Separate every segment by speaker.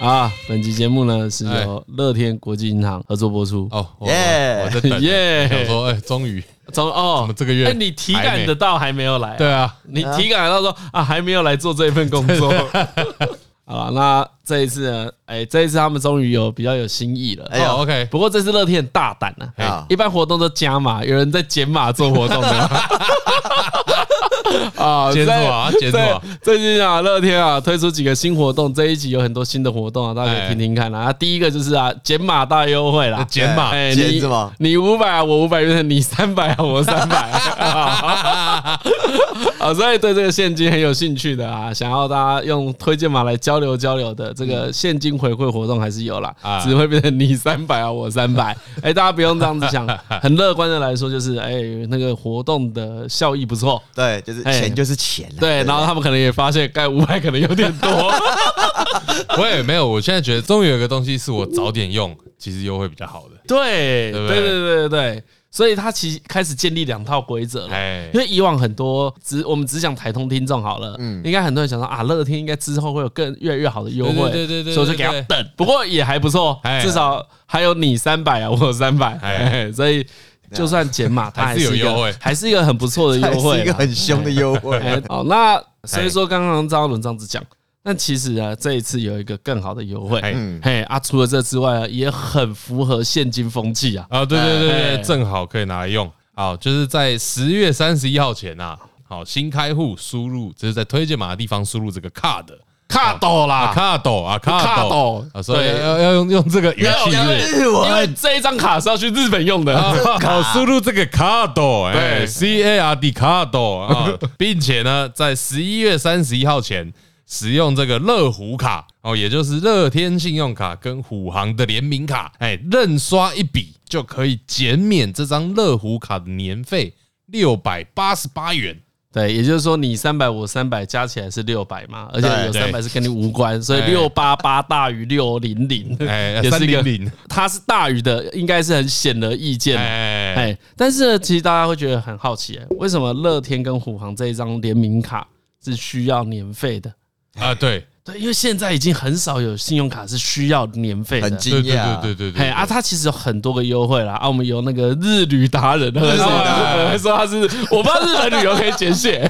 Speaker 1: 啊，本集节目呢是由乐天国际银行合作播 出。
Speaker 2: 哎哦，我
Speaker 3: 耶
Speaker 2: 我在等，
Speaker 1: 耶
Speaker 2: 想说，哎，终于，
Speaker 1: 从哦
Speaker 2: 怎么，这个月
Speaker 1: 哎，你体感得到还没有来？
Speaker 2: 对，啊，
Speaker 1: 你体感得到说啊，还没有来做这份工作。 好了，那这一次呢？哎，这一次他们终于有比较有新意了。
Speaker 3: 哎呦
Speaker 2: 哦，OK，
Speaker 1: 不过这次乐天很大胆啊，
Speaker 3: 啊
Speaker 1: 一般活动都加码，有人在减码做活动 的啊，
Speaker 2: 减
Speaker 1: 在
Speaker 2: 码减码
Speaker 1: 在最近啊，乐天啊推出几个新活动，这一集有很多新的活动啊，大
Speaker 2: 哎
Speaker 1: 家可以听听看啊。啊第一个就是啊，减码大优惠啦。
Speaker 2: 减码，
Speaker 1: 哎
Speaker 3: 减
Speaker 1: 你
Speaker 3: 是吗
Speaker 1: 你五百，我五百，变成你三百啊，我三 百啊。啊，所以对这个现金很有兴趣的啊，想要大家用推荐码来交流交流的这个现金回馈活动还是有啦，
Speaker 2: 啊
Speaker 1: 只会变成你三百啊，我三 百。哎，大家不用这样子想，很乐观的来说，就是哎、那个活动的效益不错。
Speaker 3: 对，就是
Speaker 1: 哎
Speaker 3: 钱就是钱啦。
Speaker 1: 对，然后他们可能也发现，盖五百可能有点多。
Speaker 2: 我也没有，我现在觉得终于有一个东西是我早点用，其实优惠比较好的，
Speaker 1: 对，
Speaker 2: 对
Speaker 1: 对
Speaker 2: 不
Speaker 1: 对
Speaker 2: 对
Speaker 1: 对对对，所以他其实开始建立两套规则了。
Speaker 2: 哎
Speaker 1: 因，为以往很多只我们只讲台通听众好了，应该很多人想说啊，乐天应该之后会有更越来越好的优惠，
Speaker 2: 嗯对对对对对
Speaker 1: 所以我就给他等。不过也还不错
Speaker 2: 哎，
Speaker 1: 至少还有你三百啊，我有三百，哎 所以就算减 码，它
Speaker 2: 还是有
Speaker 1: 一个
Speaker 2: 优惠
Speaker 1: 还是一个很不错的
Speaker 3: 还
Speaker 1: 优
Speaker 3: 是
Speaker 1: 惠
Speaker 3: 一个
Speaker 1: 啦。
Speaker 3: 很凶的优惠。
Speaker 1: 哎好，那所以说刚刚张嘉伦这样子讲，但其实啊，这一次有一个更好的优惠，
Speaker 2: 哎
Speaker 1: 嗯嘿啊，除了这之外啊，也很符合现金风气啊。
Speaker 2: 啊，对对对
Speaker 1: 哎
Speaker 2: 对，正好可以拿来用。好，就是在十月三十一号前啊，好，新开户输入，这是在推荐码的地方输入这个 card
Speaker 1: 卡斗啦，
Speaker 2: 啊，card 啊，card
Speaker 1: 斗，
Speaker 2: 啊，所以
Speaker 1: 对
Speaker 2: 要要用用这个语
Speaker 1: 要
Speaker 2: 气是
Speaker 1: 要
Speaker 2: 不是
Speaker 3: 日文
Speaker 1: 因为这一张卡是要去日本用的。
Speaker 2: 啊，好，输入这个 card，哎
Speaker 1: 对
Speaker 2: ，C A R D card 啊，并且呢，在十一月三十一号前使用这个乐虎卡哦，也就是乐天信用卡跟虎航的联名卡，哎，任刷一笔就可以减免这张乐虎卡的年费六百八十八元。
Speaker 1: 对，也就是说你三百我三百加起来是六百嘛，而且有
Speaker 2: 对
Speaker 1: 三百是跟你无关，所以
Speaker 2: 哎
Speaker 1: 六八八大于六零零，
Speaker 2: 哎
Speaker 1: 也是一个
Speaker 2: 300，
Speaker 1: 它是大于的，应该是很显而易见的。
Speaker 2: 哎，
Speaker 1: 哎，但是呢，其实大家会觉得很好奇，哎为什么乐天跟虎航这一张联名卡是需要年费的？
Speaker 2: 啊，对，
Speaker 1: 对，因为现在已经很少有信用卡是需要年费的
Speaker 3: 很。惊
Speaker 2: 对对
Speaker 3: 讶，
Speaker 2: 对对对对
Speaker 1: 嘿
Speaker 2: 对，
Speaker 1: 啊，它其实有很多个优惠啦啊，我们有那个日旅达人，日
Speaker 3: 达人
Speaker 1: 说他是，我不知道日本旅游可以简写，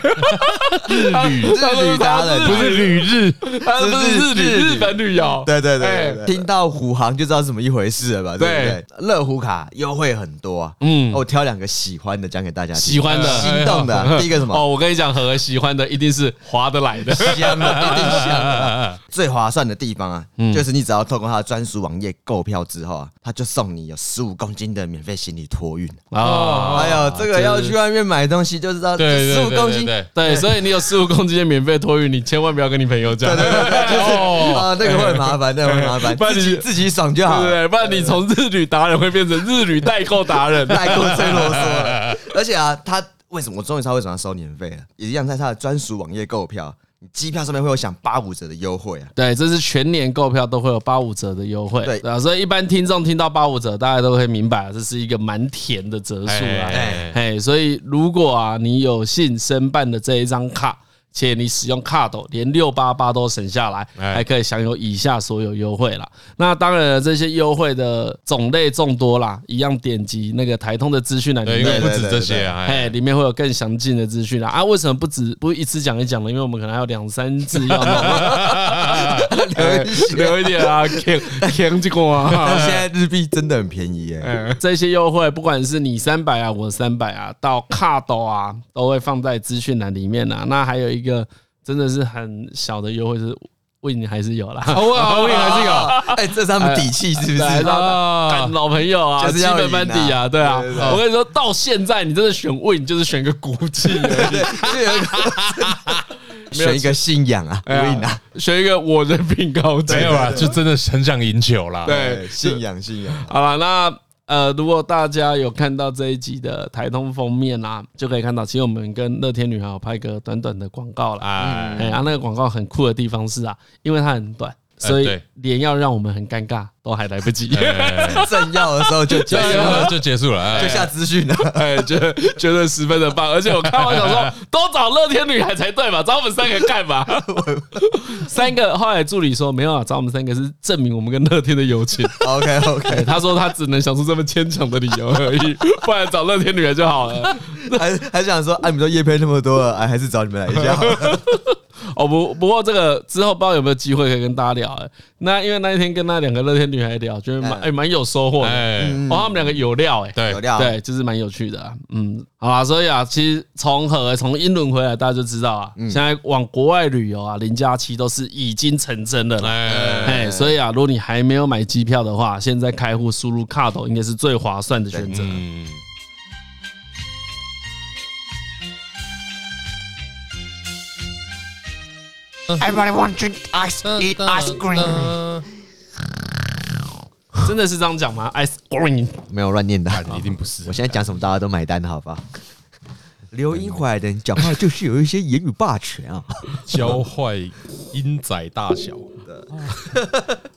Speaker 2: 日旅
Speaker 3: 日旅达人
Speaker 2: 不是旅日，
Speaker 1: 他不是日
Speaker 3: 日
Speaker 1: 旅
Speaker 3: 旅
Speaker 1: 日本旅游，
Speaker 3: 对对
Speaker 1: 哎
Speaker 3: 对对，听到虎航就知道是怎么一回事了吧？对不对？乐虎卡优惠很多啊，
Speaker 1: 嗯
Speaker 3: 嗯，我挑两个喜欢的讲给大家听，
Speaker 1: 喜欢的
Speaker 3: 心动的啊，第一个什么？
Speaker 1: 哦，我跟你讲，何喜欢的一定是划得来的，
Speaker 3: 香啊，一定 香啊！最划算的地方啊，
Speaker 2: 嗯
Speaker 3: 就是你只要透过他的专属网页购票之后啊，他就送你有十五公斤的免费行李托运。
Speaker 1: 哦，
Speaker 3: 哎呦，这个要去外面买东西就知道，
Speaker 2: 对
Speaker 3: 十
Speaker 2: 对
Speaker 3: 五
Speaker 2: 对
Speaker 3: 公
Speaker 2: 对
Speaker 3: 斤，
Speaker 2: 对，
Speaker 1: 对，所以你有十五公斤的免费托运，你千万不要跟你朋友讲，对
Speaker 3: 啊，那个会很麻烦，那个会很麻烦，
Speaker 1: 哦不然
Speaker 3: 自己
Speaker 1: 你
Speaker 3: 自己爽就好
Speaker 1: 不
Speaker 3: 了。
Speaker 1: 对？不然你从日旅达人会变成日旅代购达人，
Speaker 3: 代购最啰 嗦了。而且啊，他为什么我终于知道为什么要收年费了？也一样在他的专属网页购票，你机票上面会有享八五折的优惠啊。
Speaker 1: 对，这是全年购票都会有八五折的优惠，
Speaker 3: 对
Speaker 1: 啊，所以一般听众听到八五折，大家都会明白这是一个蛮甜的折数啊，
Speaker 2: 哎
Speaker 1: 哎，所以如果啊你有幸申办的这一张卡，且你使用卡斗，连六八八都省下来，
Speaker 2: 哎
Speaker 1: 还可以享有以下所有优惠啦。那当然了，这些优惠的种类众多啦，一样点击那个台通的资讯栏里
Speaker 2: 对，因为
Speaker 1: 面
Speaker 2: 不。止这些啊，哎
Speaker 1: 哎，里面会有更详尽的资讯啦。啊，为什么不止不一次讲一讲呢？因为我们可能还有两三次要弄。
Speaker 3: 留一些
Speaker 1: 留一点 啊，舔舔这个 啊。哎
Speaker 3: 但现在日币真的很便宜耶、
Speaker 1: 这些优惠，不管是你三百啊，我三百啊，到卡斗啊，都会放在资讯栏里面啊。那还有一个真的是很小的优惠是 Win 还是有啦，
Speaker 2: 好啊，我也还是有。
Speaker 3: 哎、这是他们底气是不是？
Speaker 1: 来
Speaker 3: 啊
Speaker 1: 到干老朋友啊，
Speaker 3: 就是
Speaker 1: 基
Speaker 3: 要
Speaker 1: 本班底啊，对啊。我跟你说，到现在你真的选 Win 就是选个骨气 而已，
Speaker 3: 选一个信仰啊，
Speaker 1: 哦哎呀
Speaker 3: 对啊，
Speaker 1: 选一个我人品高级啊
Speaker 2: 没。有啦，就真的很想赢球啦。
Speaker 1: 对
Speaker 3: 哎信仰信仰。
Speaker 1: 好了，那呃，如果大家有看到这一集的台通封面啊，就可以看到，其实我们跟乐天女孩有拍个短短的广告啦。
Speaker 2: 哎，
Speaker 1: 哎、啊，那个广告很酷的地方是啊，因为它很短，哎所以
Speaker 2: 对
Speaker 1: 连要让我们很尴尬都还来不 及。
Speaker 3: 正要的时候就结
Speaker 2: 就
Speaker 3: 束
Speaker 2: 结束
Speaker 3: 了，
Speaker 2: 了，就结束了。哎
Speaker 3: 就下资讯了。
Speaker 1: 哎， 觉得觉得十分的棒，而且我看完想说，都找乐天女孩才对吧？ 找我们三个干 嘛？三个后来助理说没有啊，找我们三个是证明我们跟乐天的友情。
Speaker 3: OK
Speaker 1: 哎
Speaker 3: OK，
Speaker 1: 他说他只能想出这么牵强的理由而已，不然找乐天女孩就好了。
Speaker 3: 还还想说，哎、你们都夜配那么多了，哎，还是找你们来 一下好了。
Speaker 1: 哦不，不过这个之后不知道有没有机会可以跟大家聊、哎那因为那一天跟那两个乐天女孩聊，觉得蛮
Speaker 3: 嗯
Speaker 1: 哎蛮有收获的。
Speaker 2: 哎，
Speaker 1: 哦，他们两个有料哎、
Speaker 2: 对啊
Speaker 3: 有，料，
Speaker 1: 对，就是蛮有趣的啊、嗯，好啦，所以啊，其实从何从英伦回来，大家就知道啊，
Speaker 2: 嗯
Speaker 1: 现在往国外旅游啊，零假期都是已经成真的了。
Speaker 2: 哎，
Speaker 1: 哎，所以啊，如果你还没有买机票的话，现在开户输入 card 应该是最划算的选择。
Speaker 2: 嗯，
Speaker 4: Everybody want to drink ice, eat ice cream.
Speaker 2: 嗯
Speaker 1: 真的是这样讲吗？Ice green，
Speaker 3: 没有乱念的，
Speaker 2: 一定不是
Speaker 3: 我。现在讲什么大家都买单的好 不好？留英回来的人讲话就是有一些言语霸权啊，
Speaker 2: 教坏鹰仔大小。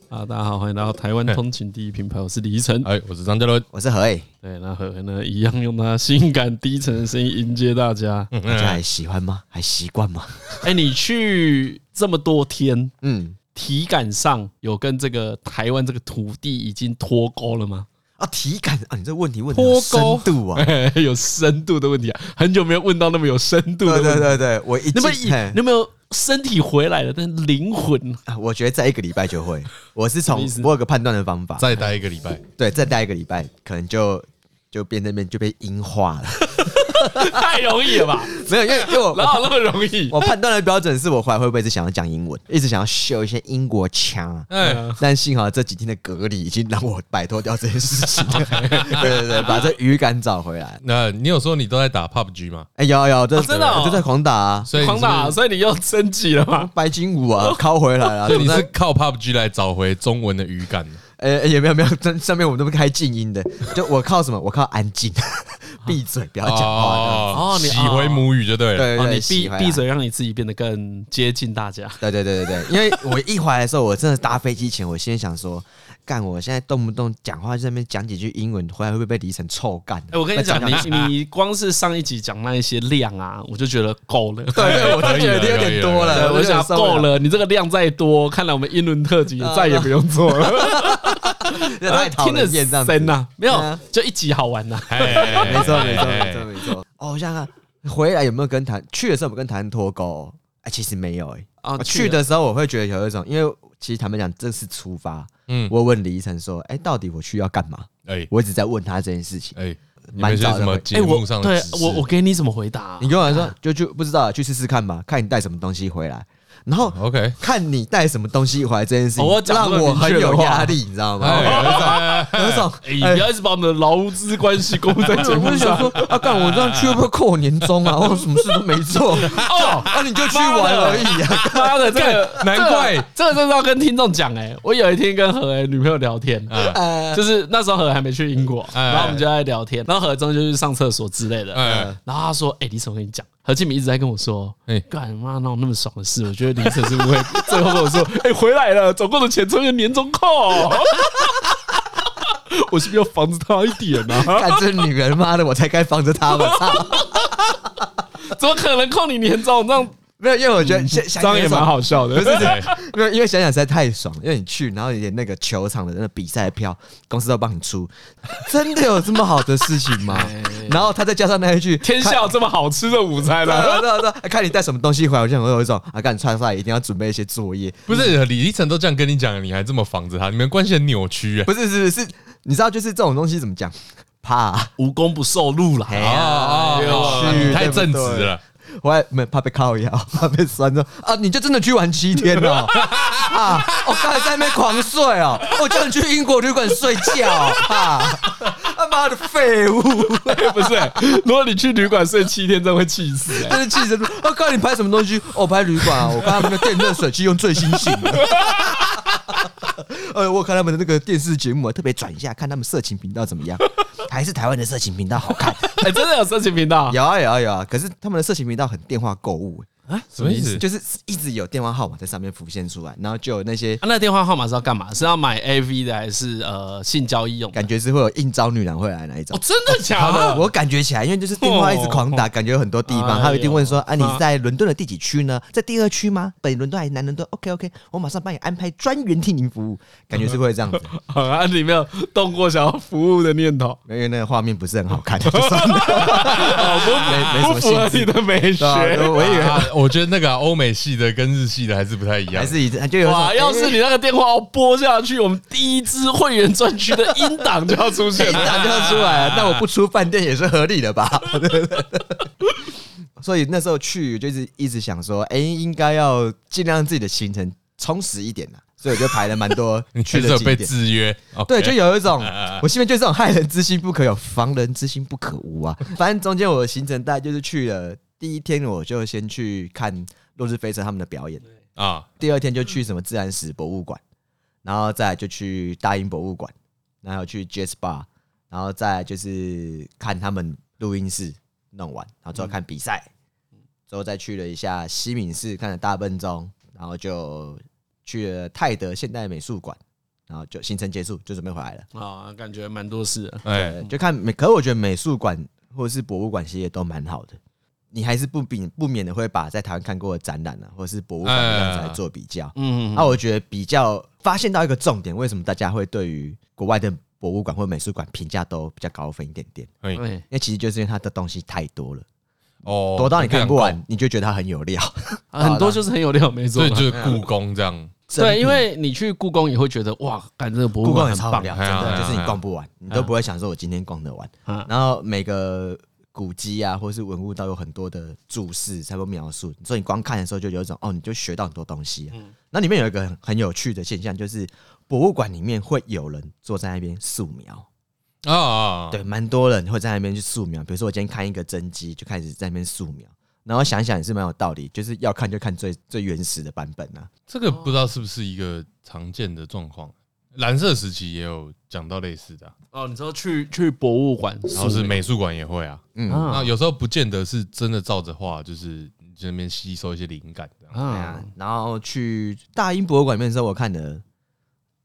Speaker 1: 啊，大家好，欢迎来到台湾通勤第一品牌，我是李晨。
Speaker 2: 哎，我是张嘉伦。
Speaker 3: 我是何诶，
Speaker 1: 对，那何何呢，一样用他性感低沉的声音迎接大家。
Speaker 3: 大家还喜欢吗？还习惯吗？
Speaker 1: 哎，你去这么多天，
Speaker 3: 嗯，
Speaker 1: 体感上有跟这个台湾这个土地已经脱钩了吗？
Speaker 3: 啊，体感啊，你这问题问的有深
Speaker 1: 脱钩
Speaker 3: 度啊，
Speaker 1: 有深度的问题啊，很久没有问到那么有深度的
Speaker 3: 对
Speaker 1: 问题。
Speaker 3: 对对对，我一
Speaker 1: 你有没有
Speaker 3: 进嘿
Speaker 1: 你有没有身体回来了，但是灵魂
Speaker 3: 啊我觉得在一个礼拜就会，我是
Speaker 1: 什么
Speaker 3: 从
Speaker 1: 意思
Speaker 3: 我有个判断的方法，
Speaker 2: 再待一个礼拜，
Speaker 3: 对，再待一个礼拜，可能就就变那边就被阴化 了，
Speaker 1: 太容易了吧？
Speaker 3: 没有，因为因为我
Speaker 1: 哪有那么容易？
Speaker 3: 我判断的标准是我回来会不会是想要讲英文，一直想要秀一些英国腔啊。
Speaker 1: 嗯
Speaker 2: 哎，
Speaker 3: 但幸好这几天的隔离已经让我摆脱掉这件事情 了。对对对，把这语感找回来。
Speaker 2: 那你有说你都在打 PUBG 吗？
Speaker 3: 哎、有有，这、
Speaker 1: 哦真的哦
Speaker 3: 我就在狂打啊，
Speaker 2: 所以你
Speaker 1: 狂
Speaker 2: 是不
Speaker 1: 打，
Speaker 2: 是
Speaker 1: 所以你又升级了吗？
Speaker 3: 白金舞
Speaker 1: 哦
Speaker 3: 啊，拷回 来了。
Speaker 2: 所以你
Speaker 3: 我
Speaker 2: 是
Speaker 3: 在
Speaker 2: 靠 PUBG 来找回中文的语感的。
Speaker 3: 呃、也没有没有，这上面我们都不开静音的，就我靠什么？我靠安 静，闭嘴，不要啊讲话。
Speaker 1: 哦你
Speaker 2: 洗回母语就对了。
Speaker 3: 对对
Speaker 1: 哦，
Speaker 3: 对，
Speaker 1: 你
Speaker 3: 喜
Speaker 1: 闭
Speaker 3: 欢啊
Speaker 1: 闭。嘴，让你自己变得更接近大家。
Speaker 3: 对对对对对，因为我一回来的时候，我真的搭飞机前，我心里想说，干，我现在动不动讲话就在那边讲几句英文，回来会不会被李晨臭干？
Speaker 1: 哎，我跟你讲，
Speaker 3: 被
Speaker 1: 你你光是上一集讲那一些量啊，我就觉得够 了。
Speaker 3: 对对，我都觉得有点多
Speaker 1: 对
Speaker 3: 了，
Speaker 1: 我想够
Speaker 3: 了。
Speaker 1: 了，你这个量再多，看来我们英伦特辑也再也不用做 了。
Speaker 3: 这太讨
Speaker 1: 听得
Speaker 3: 人厌这样子
Speaker 1: 深。呐，没
Speaker 3: 对
Speaker 1: 有
Speaker 3: 啊，
Speaker 1: 就一集好玩呐。
Speaker 2: 哎，哎
Speaker 3: 没错没错
Speaker 2: 哎
Speaker 3: 没错没错。哦，我想想看，回来有没有跟谈？去的时候有没有跟谈脱钩？哎，其实没有哎。
Speaker 1: 啊
Speaker 3: 我
Speaker 1: 去了
Speaker 3: 去的时候我会觉得有一种，因为其实坦白讲，这是出发。
Speaker 2: 嗯，
Speaker 3: 我问李依晨说：“哎，到底我去要干嘛
Speaker 2: 哎？”
Speaker 3: 我一直在问他这件事情。
Speaker 2: 哎，你们
Speaker 3: 蛮
Speaker 2: 有些
Speaker 3: 早的
Speaker 2: 什么
Speaker 3: 回
Speaker 2: 节目上
Speaker 1: 对
Speaker 2: 的指示
Speaker 1: 哎我我给你怎么回答啊？
Speaker 3: 你跟我说，就就不知道，去试试看吧，看你带什么东西回来。然后
Speaker 2: OK。
Speaker 3: 看你带什么东西回来这件事
Speaker 1: 哦我
Speaker 3: 情，
Speaker 1: 讲
Speaker 3: 让
Speaker 1: 这么
Speaker 3: 我
Speaker 1: 明确
Speaker 3: 很
Speaker 1: 的
Speaker 3: 有
Speaker 1: 话
Speaker 3: 压力，你知道吗？
Speaker 2: 哎
Speaker 3: 有
Speaker 2: 哎
Speaker 3: 一种哦有一种
Speaker 1: 哎，你不要一直把我们的劳资关系公布在节
Speaker 3: 我
Speaker 1: 目
Speaker 3: 就想
Speaker 1: 上。
Speaker 3: 说，啊，干我这样去会不会扣我年终啊？我什么事都没 做，
Speaker 1: 哦，
Speaker 3: 啊，你就去玩而已啊。
Speaker 1: 妈 的，这个
Speaker 2: 干难
Speaker 1: 这
Speaker 2: 怪
Speaker 1: 个这个真的要跟听众讲哎。我有一天跟何哎女朋友聊天，
Speaker 3: 呃，
Speaker 1: 就是那时候何还没去英国，
Speaker 2: 哎
Speaker 1: 然后我们就在聊天，然后何中就去上厕所之类的，
Speaker 2: 哎
Speaker 3: 嗯
Speaker 1: 然后他说：“哎、李晨，我跟你讲，何敬明一直在跟我说，
Speaker 2: 哎
Speaker 1: 干嘛哪有那么爽的事？我觉得李晨是不会 最后跟我说，哎、回来了，总共的钱存个年终扣， 我是不是要防着他一点呢、啊？
Speaker 3: 看这女人，妈的，我才该防着她吧！操，
Speaker 1: 怎么 可能扣你年终？这样
Speaker 3: 没有，因为我觉得想想
Speaker 1: 这嗯样也蛮，好笑的， 不是
Speaker 2: 哎
Speaker 3: 没有，因为想想实在太爽了，因为你去，然后你连那个球场的那个比赛票，公司都帮你出，真的有这么好的事情 吗？然后他再加上那一句
Speaker 1: 哎天。下有这么好吃的午餐啊
Speaker 3: 看
Speaker 1: 了、
Speaker 3: 对啊对对对看你带什么东西回来，我就我有一种啊，干你穿出来一定要准备一些作业，
Speaker 2: 不是李依晨都这样跟你讲了，你还这么防着他，你们关系很扭曲
Speaker 3: 不哦是是是，你知道就是这种东西怎么讲？怕啊、
Speaker 1: 无功不受禄啦。
Speaker 3: 哎
Speaker 2: 哎！
Speaker 3: 呀
Speaker 2: 哦哦
Speaker 3: 有
Speaker 2: 哦，
Speaker 3: 趣
Speaker 2: 你太
Speaker 3: 对不对
Speaker 2: 正直了。
Speaker 3: 我还没怕被靠腰，怕被酸到啊！你就真的去玩七天 了、啊！我刚才在那边狂睡哦，我叫你去英国旅馆睡觉啊！他妈的废物，
Speaker 1: 不是、如果你去旅馆睡七天，真的会气死、哎
Speaker 3: 真的气死！我、靠，你拍什么东西？我、拍旅馆啊！我看他们的电热水器用最新型的。呃，我看他们的那个电视节目啊，特别转一下，看他们色情频道怎么样，还是台湾 的色情频道好看。
Speaker 1: 哎、真的有色情频道，
Speaker 3: 有啊有啊有啊！可是他们的色情频道很电话购物、欸
Speaker 1: 啊？
Speaker 2: 什么意思？
Speaker 3: 就是一直有电话号码在上面浮现出来，然后就有那些
Speaker 1: 啊那电话号码是要干嘛？是要买 AV 的还是呃性交易用的？
Speaker 3: 感觉是会有应招女郎会来那一种
Speaker 1: 哦，。真的假的？
Speaker 3: 啊我感觉起来，因为就是电话一直狂打，感觉有很多地
Speaker 1: 哎
Speaker 3: 方，
Speaker 1: 呦
Speaker 3: 他一定问说：“啊，你
Speaker 1: 啊
Speaker 3: 在伦敦的第几区呢？在第二区吗？北伦敦还是南伦敦？”OK OK，我马上帮你安排专员替您服务，感觉是会 这样子。
Speaker 1: 好啊，你没有动过想要服务的念头，
Speaker 3: 因为那个画面不是很好看， 就算了，没没什
Speaker 1: 哦不
Speaker 3: 么
Speaker 1: 符合
Speaker 3: 兴
Speaker 1: 你
Speaker 3: 致。
Speaker 1: 的美
Speaker 3: 对啊
Speaker 1: 学。
Speaker 3: 我以为
Speaker 2: 啊我觉得那个啊欧美系的跟日系的还是不太一样，
Speaker 3: 还是以就有一种哎
Speaker 1: 哇！要是你那个电话拨下去，我们第一支会员专区的音档就要出现
Speaker 3: 一
Speaker 1: 了。
Speaker 3: 打就要出 来了，那我不出饭店也是合理的吧？ 对对对所以那时候去就是一直想说，哎、应该要尽量让自己的行程充实一点啦，所以我就排了蛮 多
Speaker 2: 你
Speaker 3: 去
Speaker 2: 确实
Speaker 3: 的
Speaker 2: 有
Speaker 3: 景
Speaker 2: 被
Speaker 3: 点。
Speaker 2: 制约。
Speaker 3: 对，就有一种
Speaker 2: 啊
Speaker 3: 我心里面就是这种害人之心不可有，防人之心不可无 啊。反正中间我的行程大概就是去了第一天，我就先去看落日飞车他们的表演，
Speaker 2: 啊，
Speaker 3: 第二天就去什么自然史博物馆，然后再来就去大英博物馆，然后去 Jazz Bar，然后再来就是看他们录音室弄完，然后之后看比赛，之后再去了一下西敏寺看了大笨钟，然后就去了泰德现代美术馆，然后就行程结束，就准备回来了。
Speaker 1: 啊，感觉蛮多事的。
Speaker 2: 哎，
Speaker 3: 呃，就看美，可我觉得美术馆或者是博物馆其实也都蛮好的。你还是不避不免的会把在台湾看过的展览啊，或者是博物馆的样子来做比较。
Speaker 1: 嗯，
Speaker 3: 那、我觉得比较发现到一个重点，为什么大家会对于国外的博物馆或美术馆评价都比较高分一点点？
Speaker 2: 哎
Speaker 1: 对
Speaker 3: 因为其实就是因为它的东西太多了，
Speaker 2: 哦，
Speaker 3: 多到你看不
Speaker 2: 量
Speaker 3: 完，你就觉得它很有料。
Speaker 1: 啊很多就是很有料，没
Speaker 2: 够，
Speaker 1: 错
Speaker 2: 所
Speaker 1: 嘛。
Speaker 2: 以就是故宫这样。
Speaker 1: 对，因为你去故宫也会觉得哇，感这个博
Speaker 3: 故
Speaker 1: 物
Speaker 3: 宫
Speaker 1: 馆
Speaker 3: 也
Speaker 1: 很
Speaker 3: 超
Speaker 1: 棒
Speaker 3: 无聊，
Speaker 2: 哎
Speaker 3: 真
Speaker 2: 呀哎呀
Speaker 3: 的就是
Speaker 2: 哎
Speaker 3: 你
Speaker 2: 呀
Speaker 3: 逛不完，你都不会想说我今天逛得完。
Speaker 1: 嗯
Speaker 3: 然后每个古迹啊，或是文物都有很多的注释，才会描述。所以你光看的时候就有一种哦，你就学到很多东西、啊。
Speaker 2: 嗯
Speaker 3: 那里面有一个很很有趣的现象，就是博物馆里面会有人坐在那边素描。
Speaker 2: 啊啊，啊
Speaker 3: 对，蛮多人会在那边去素描。比如说，我今天看一个真迹，就开始在那边素描。然后想想也是蛮有道理，就是要看就看最最原始的版本啊。
Speaker 2: 这个不知道是不是一个常见的状况。蓝色时期也有讲到类似的啊，
Speaker 1: 哦，你说去去博物馆，
Speaker 2: 然哦后是美术馆也会啊。
Speaker 3: 嗯，
Speaker 2: 那
Speaker 1: 啊
Speaker 2: 有时候不见得是真的照着画，就是你这边吸收一些灵感这样。
Speaker 3: 对
Speaker 1: 啊
Speaker 3: 啊，。然后去大英博物馆里面的时候，我看的，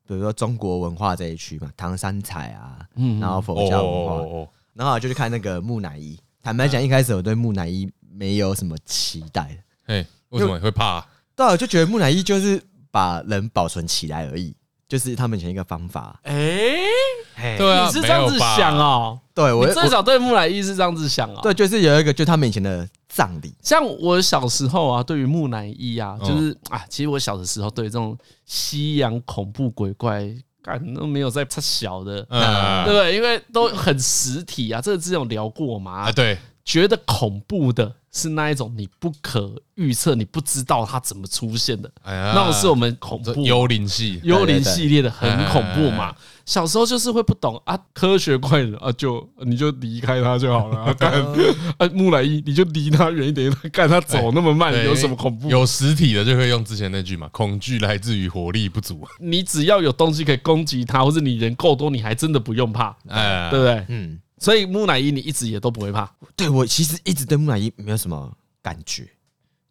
Speaker 3: 比如说中国文化这一区嘛，唐三彩啊，
Speaker 1: 嗯
Speaker 3: 然后
Speaker 2: 哦
Speaker 3: 佛
Speaker 2: 哦
Speaker 3: 教文化，
Speaker 2: 哦
Speaker 3: 然后就去看那个木乃伊。坦白讲，一开始我对木乃伊没有什么期待，
Speaker 2: 哦，哎，为什么会怕啊？
Speaker 3: 对啊，我就觉得木乃伊就是把人保存起来而已，就是他们以前一个方法。
Speaker 1: 哎，
Speaker 2: 对啊，
Speaker 1: 你是这样子
Speaker 2: 没有吧
Speaker 1: 想？哦？
Speaker 3: 对我
Speaker 1: 你最
Speaker 3: 我
Speaker 1: 早对木乃伊是这样子想哦？
Speaker 3: 对，就是有一个，就他们以前的葬礼。
Speaker 1: 像我小时候啊，对于木乃伊啊，
Speaker 2: 嗯
Speaker 1: 就是、啊，其实我小的时候对这种西洋恐怖鬼怪，感都没有在差小的，
Speaker 2: 嗯，
Speaker 1: 对不对？因为都很实体啊，这个之前有聊过嘛，
Speaker 2: 啊，对，
Speaker 1: 觉得恐怖的是那一种你不可预测，你不知道它怎么出现的，
Speaker 2: 哎呀
Speaker 1: 那种是我们恐
Speaker 2: 这
Speaker 1: 怖。
Speaker 2: 幽灵系，
Speaker 1: 幽灵系列的很恐怖
Speaker 2: 哎哎哎哎
Speaker 1: 嘛，小时候就是会不懂啊，科学怪人啊，就你就离开他就好了 啊，干啊木乃伊你就离他远一点，干他走那么慢
Speaker 2: 对
Speaker 1: 有什么恐怖？
Speaker 2: 有实体的就可以用之前那句嘛，恐惧来自于活力不足。
Speaker 1: 你只要有东西可以攻击他，或者你人够多，你还真的不用怕，
Speaker 2: 哎，
Speaker 1: 对不对？
Speaker 3: 嗯，
Speaker 1: 所以木乃伊你一直也都不会怕，
Speaker 3: 对我其实一直对木乃伊没有什么感觉，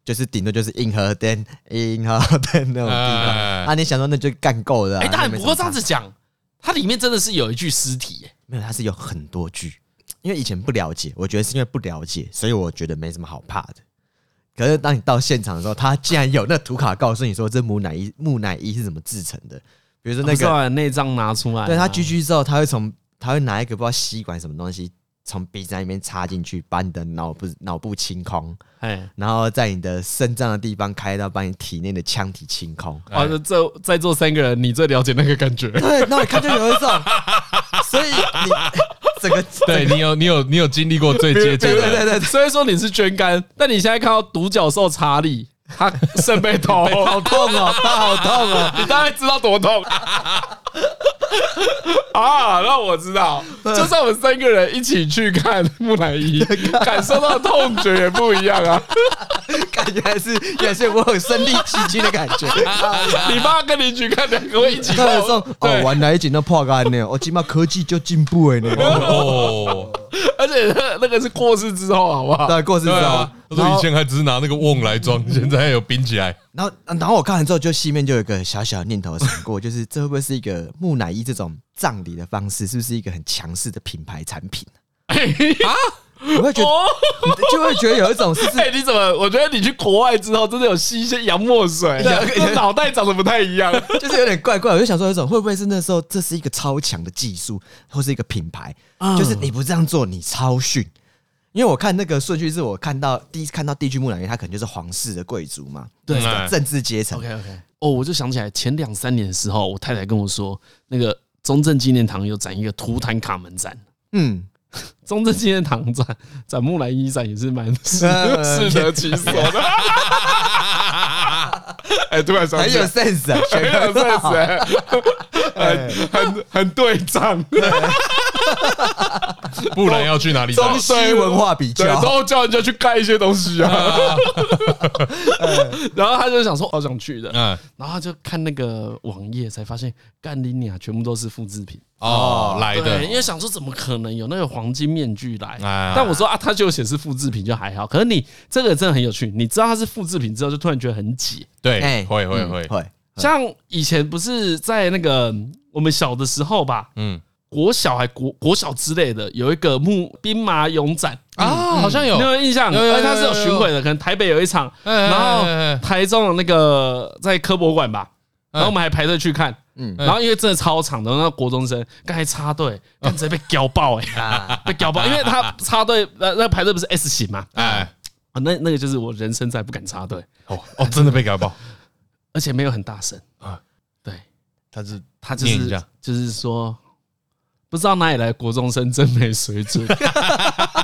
Speaker 3: 就是顶多就是硬核灯、硬 核灯那种地方。
Speaker 2: 哎
Speaker 3: 啊，你想说那就干够了啊。
Speaker 1: 哎，但
Speaker 3: 那没
Speaker 1: 不
Speaker 3: 什
Speaker 1: 过
Speaker 3: 么
Speaker 1: 这样子讲，它里面真的是有一具尸体，哎
Speaker 3: 没有，它是有很多句，因为以前不了解，我觉得是因为不了解，所以我觉得没什么好怕的。可是当你到现场的时候，它竟然有那图卡告诉你说这木乃伊木乃伊是怎么制成的，比如说那
Speaker 1: 哦不是啊
Speaker 3: 个，
Speaker 1: 把内脏拿出来，
Speaker 3: 对它狙击之后，它会从它会拿一个不知道吸管什么东西从鼻子那边插进去，把你的脑部脑部清空，
Speaker 1: 哎。
Speaker 3: 然后在你的肾脏的地方开刀，把你体内的腔体清空。
Speaker 1: 啊，这这在座三个人，你最了解那个感觉。
Speaker 3: 对，那我看就有一种，所以你整个
Speaker 2: 对你有你有你有经历过最接近
Speaker 3: 对对
Speaker 2: 的，
Speaker 3: 对对
Speaker 1: 虽然说你是捐肝，但你现在看到独角兽查理，他肾被 偷，
Speaker 3: 好痛哦，它好痛哦。
Speaker 1: 你大概知道多痛 啊！让我知道，
Speaker 3: 嗯
Speaker 1: 就算我们三个人一起去看木乃 伊，感受到的痛觉也不一样啊！
Speaker 3: 感觉还是也是我有身临其境的感 觉。
Speaker 1: 你爸跟邻居看，两个会一起
Speaker 3: 他有
Speaker 1: 痛
Speaker 3: 说，哦，原来已经都破干了，我哦起码科技就进 步了呢。
Speaker 2: 哦，
Speaker 1: 而且那个是过世之后，好不好？
Speaker 3: 对，过世之
Speaker 2: 对
Speaker 3: 后
Speaker 2: 啊，他说以前还只是拿那个瓮来装，现在有冰起来。
Speaker 3: 然后，然后我看完之后，就心里面就有一个小小的念头闪过， 就是这会不会是一个木乃伊这种葬礼的方式，是不是一个很强势的品牌产 品啊？我会觉得，
Speaker 1: 哦，
Speaker 3: 就会觉得有一种是不是
Speaker 1: 哎、你怎么？我觉得你去国外之后，真的有吸一些洋墨水，这脑袋长得不太一样。
Speaker 3: 就是有点怪怪，我就想说，有一种会不会是那时候这是一个超强的技术，或是一个品牌，
Speaker 1: 嗯
Speaker 3: 就是你不这样做，你超逊。因为我看那个顺序是我看到第一次看到地区木乃伊，他可能就是皇室的贵族嘛，
Speaker 1: 对
Speaker 3: 是个政治阶层。
Speaker 1: OK OK，哦，我就想起来前两三年的时候，我太太跟我说，那个中正纪念堂有展一个图坦卡门展。
Speaker 3: 嗯，
Speaker 1: 中正纪念堂展展木乃伊展也是 蛮适
Speaker 3: 呃
Speaker 1: 适得其所的。 哎，突然想
Speaker 3: 很
Speaker 1: 起
Speaker 3: 有
Speaker 1: 来，
Speaker 3: sense 啊，选
Speaker 1: 很有哎 sense，哎很很很对 仗。
Speaker 2: 不然要去哪里找
Speaker 3: 中？西文化比
Speaker 1: 对，
Speaker 3: 较
Speaker 1: 然，后叫人家去盖一些东西啊。 然后他就想说，好想去的。
Speaker 2: 嗯，
Speaker 1: 然后他就看那个网页，才发现干你娘，全部都是复制品。
Speaker 2: 哦，来
Speaker 1: 对，因
Speaker 2: 的，
Speaker 1: 为想说怎么可能有那个黄金面具来？
Speaker 2: 哎
Speaker 1: 但我说啊，它就显示复制品就还好。可是你这个真的很有趣，你知道它是复制品之后，就突然觉得很解。
Speaker 2: 对，
Speaker 3: 哎
Speaker 2: 会会会，
Speaker 3: 会
Speaker 1: 像以前不是在那个我们小的时候吧，
Speaker 2: 嗯
Speaker 1: 国小还国国小之类的，有一个木兵马俑展。
Speaker 2: 啊，好像有
Speaker 1: 你有没有印象？
Speaker 2: 有有有
Speaker 1: 而且它是有
Speaker 2: 有有
Speaker 1: 巡回的，可能台北有一场，
Speaker 2: 哎哎
Speaker 1: 嗯然后
Speaker 2: 哎哎
Speaker 1: 台中的那个在科博馆吧，
Speaker 2: 嗯
Speaker 1: 然后我们还排队去看，嗯
Speaker 3: 嗯，
Speaker 1: 然后因为真的超长的，那国中生刚才插队，
Speaker 2: 哦
Speaker 1: 刚才被屌爆哎、
Speaker 3: 啊，
Speaker 1: 被屌爆，因为他插队，那那排队不是 S 型嘛，
Speaker 2: 哎，
Speaker 1: 啊，那那个就是我人生再不敢插队，
Speaker 2: 哦哦，真的被搞爆，
Speaker 1: 而且没有很大声
Speaker 2: 啊
Speaker 1: 对
Speaker 2: 他是
Speaker 1: 他就
Speaker 2: 念一
Speaker 1: 是
Speaker 2: 下
Speaker 1: 就是说。不知道哪里来的国中生真没水准，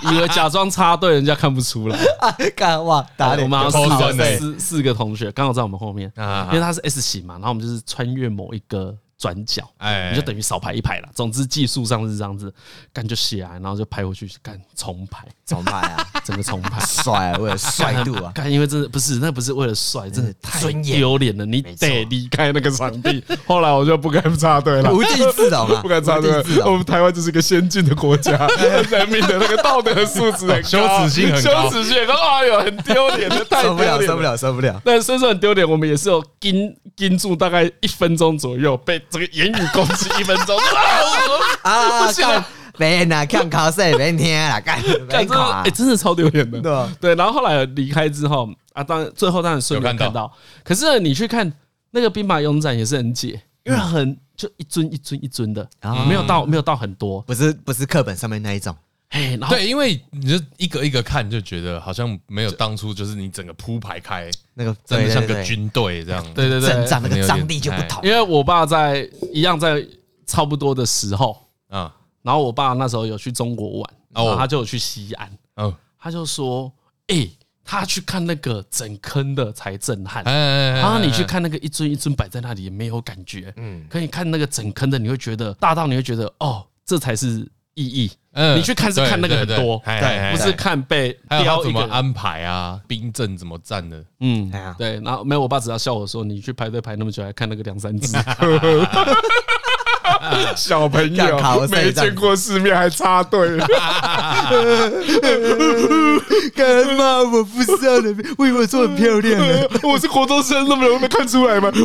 Speaker 1: 以为假装插队人家看不出来。
Speaker 3: 干哇打
Speaker 1: 我
Speaker 3: 脸
Speaker 1: 们好
Speaker 2: 偷
Speaker 1: 像
Speaker 2: 生欸
Speaker 1: 四四四个同学刚好在我们后面，因为
Speaker 2: 啊，
Speaker 1: 它是 S 型嘛，然后我们就是穿越某一个转角，
Speaker 2: 哎
Speaker 1: 你就等于少排一排了。总之技术上是这样子，干就起来，然后就排回去干重排，
Speaker 3: 崇拜啊，。
Speaker 1: 整个重 排
Speaker 3: 帅啊，为了帅度 啊，
Speaker 1: 干，因为真的不是，那不是为了帅，真的太
Speaker 3: 尊严
Speaker 1: 丢脸了，你得离开那个场地。后来我就不敢插队 了。
Speaker 3: 无地自容啊，
Speaker 1: 不敢插
Speaker 3: 无地
Speaker 1: 队
Speaker 3: 自。
Speaker 1: 我
Speaker 3: 容
Speaker 1: 们。台湾就是一个先进的国家， 人民的那个道德素质很高，
Speaker 2: 羞耻心很高
Speaker 1: 羞耻心很高。哎呦，很丢脸的，太
Speaker 3: 受
Speaker 1: 丢
Speaker 3: 不
Speaker 1: 脸
Speaker 3: 了，受不了，受不 了！
Speaker 1: 但深圳很丢脸，我们也是有盯盯住大概一分钟左右，被这个言语攻击一分 钟。
Speaker 3: 啊，
Speaker 1: 不行啊
Speaker 3: 干，别拿看考试，别听啦，干，别
Speaker 1: 干真的，
Speaker 3: 看啊
Speaker 1: 哎、。真的超丢脸的。
Speaker 3: 对啊
Speaker 1: 对，然后后来离开之后啊，当然最后当然顺利
Speaker 2: 有看到
Speaker 1: 看到，可是你去看那个兵马俑展也是很解，因为很就一尊一尊一尊的，
Speaker 3: 啊
Speaker 2: 嗯
Speaker 1: 没有到没有到很多。
Speaker 3: 不是不是课本上面那一种，
Speaker 1: 哎，然后
Speaker 2: 对，因为你就一个一个看，就觉得好像没有当初就是你整个铺排开，
Speaker 3: 那个
Speaker 2: 真的像
Speaker 3: 对
Speaker 2: 个
Speaker 3: 对对
Speaker 2: 军队这样。
Speaker 1: 对对
Speaker 3: 阵
Speaker 1: 对，
Speaker 3: 仗那个张力就不同
Speaker 1: 因为我爸在一样在差不多的时候，
Speaker 2: 啊，
Speaker 1: 然后我爸那时候有去中国玩，然
Speaker 2: 哦
Speaker 1: 后他就有去西安。
Speaker 2: 哦，
Speaker 1: 他就说：“哎、他去看那个整坑的才震撼。
Speaker 2: 哎哎，哎
Speaker 1: 然啊后你去，看那个一尊一尊摆在那里也没有感觉，嗯，可你看那个整坑的，你会觉得大到你会觉得哦，这才是意义。
Speaker 2: 嗯
Speaker 1: 你去看是看那个很多，
Speaker 2: 对对哎对
Speaker 1: 对，不哎是看被
Speaker 2: 还有
Speaker 1: 雕
Speaker 2: 他
Speaker 1: 一
Speaker 2: 怎么
Speaker 1: 个人。
Speaker 2: 安排啊，兵阵怎么站的，
Speaker 1: 嗯
Speaker 3: 哎呀，
Speaker 1: 对。然后没有，我爸只要笑我说：你去排队排那么久，还看那个两三只小朋
Speaker 3: 干卡我没见过
Speaker 1: 世面还插队。”
Speaker 3: 干嘛？我不知道的，我以为我做很漂亮的。
Speaker 1: 我是国中生，那么容易看出来吗？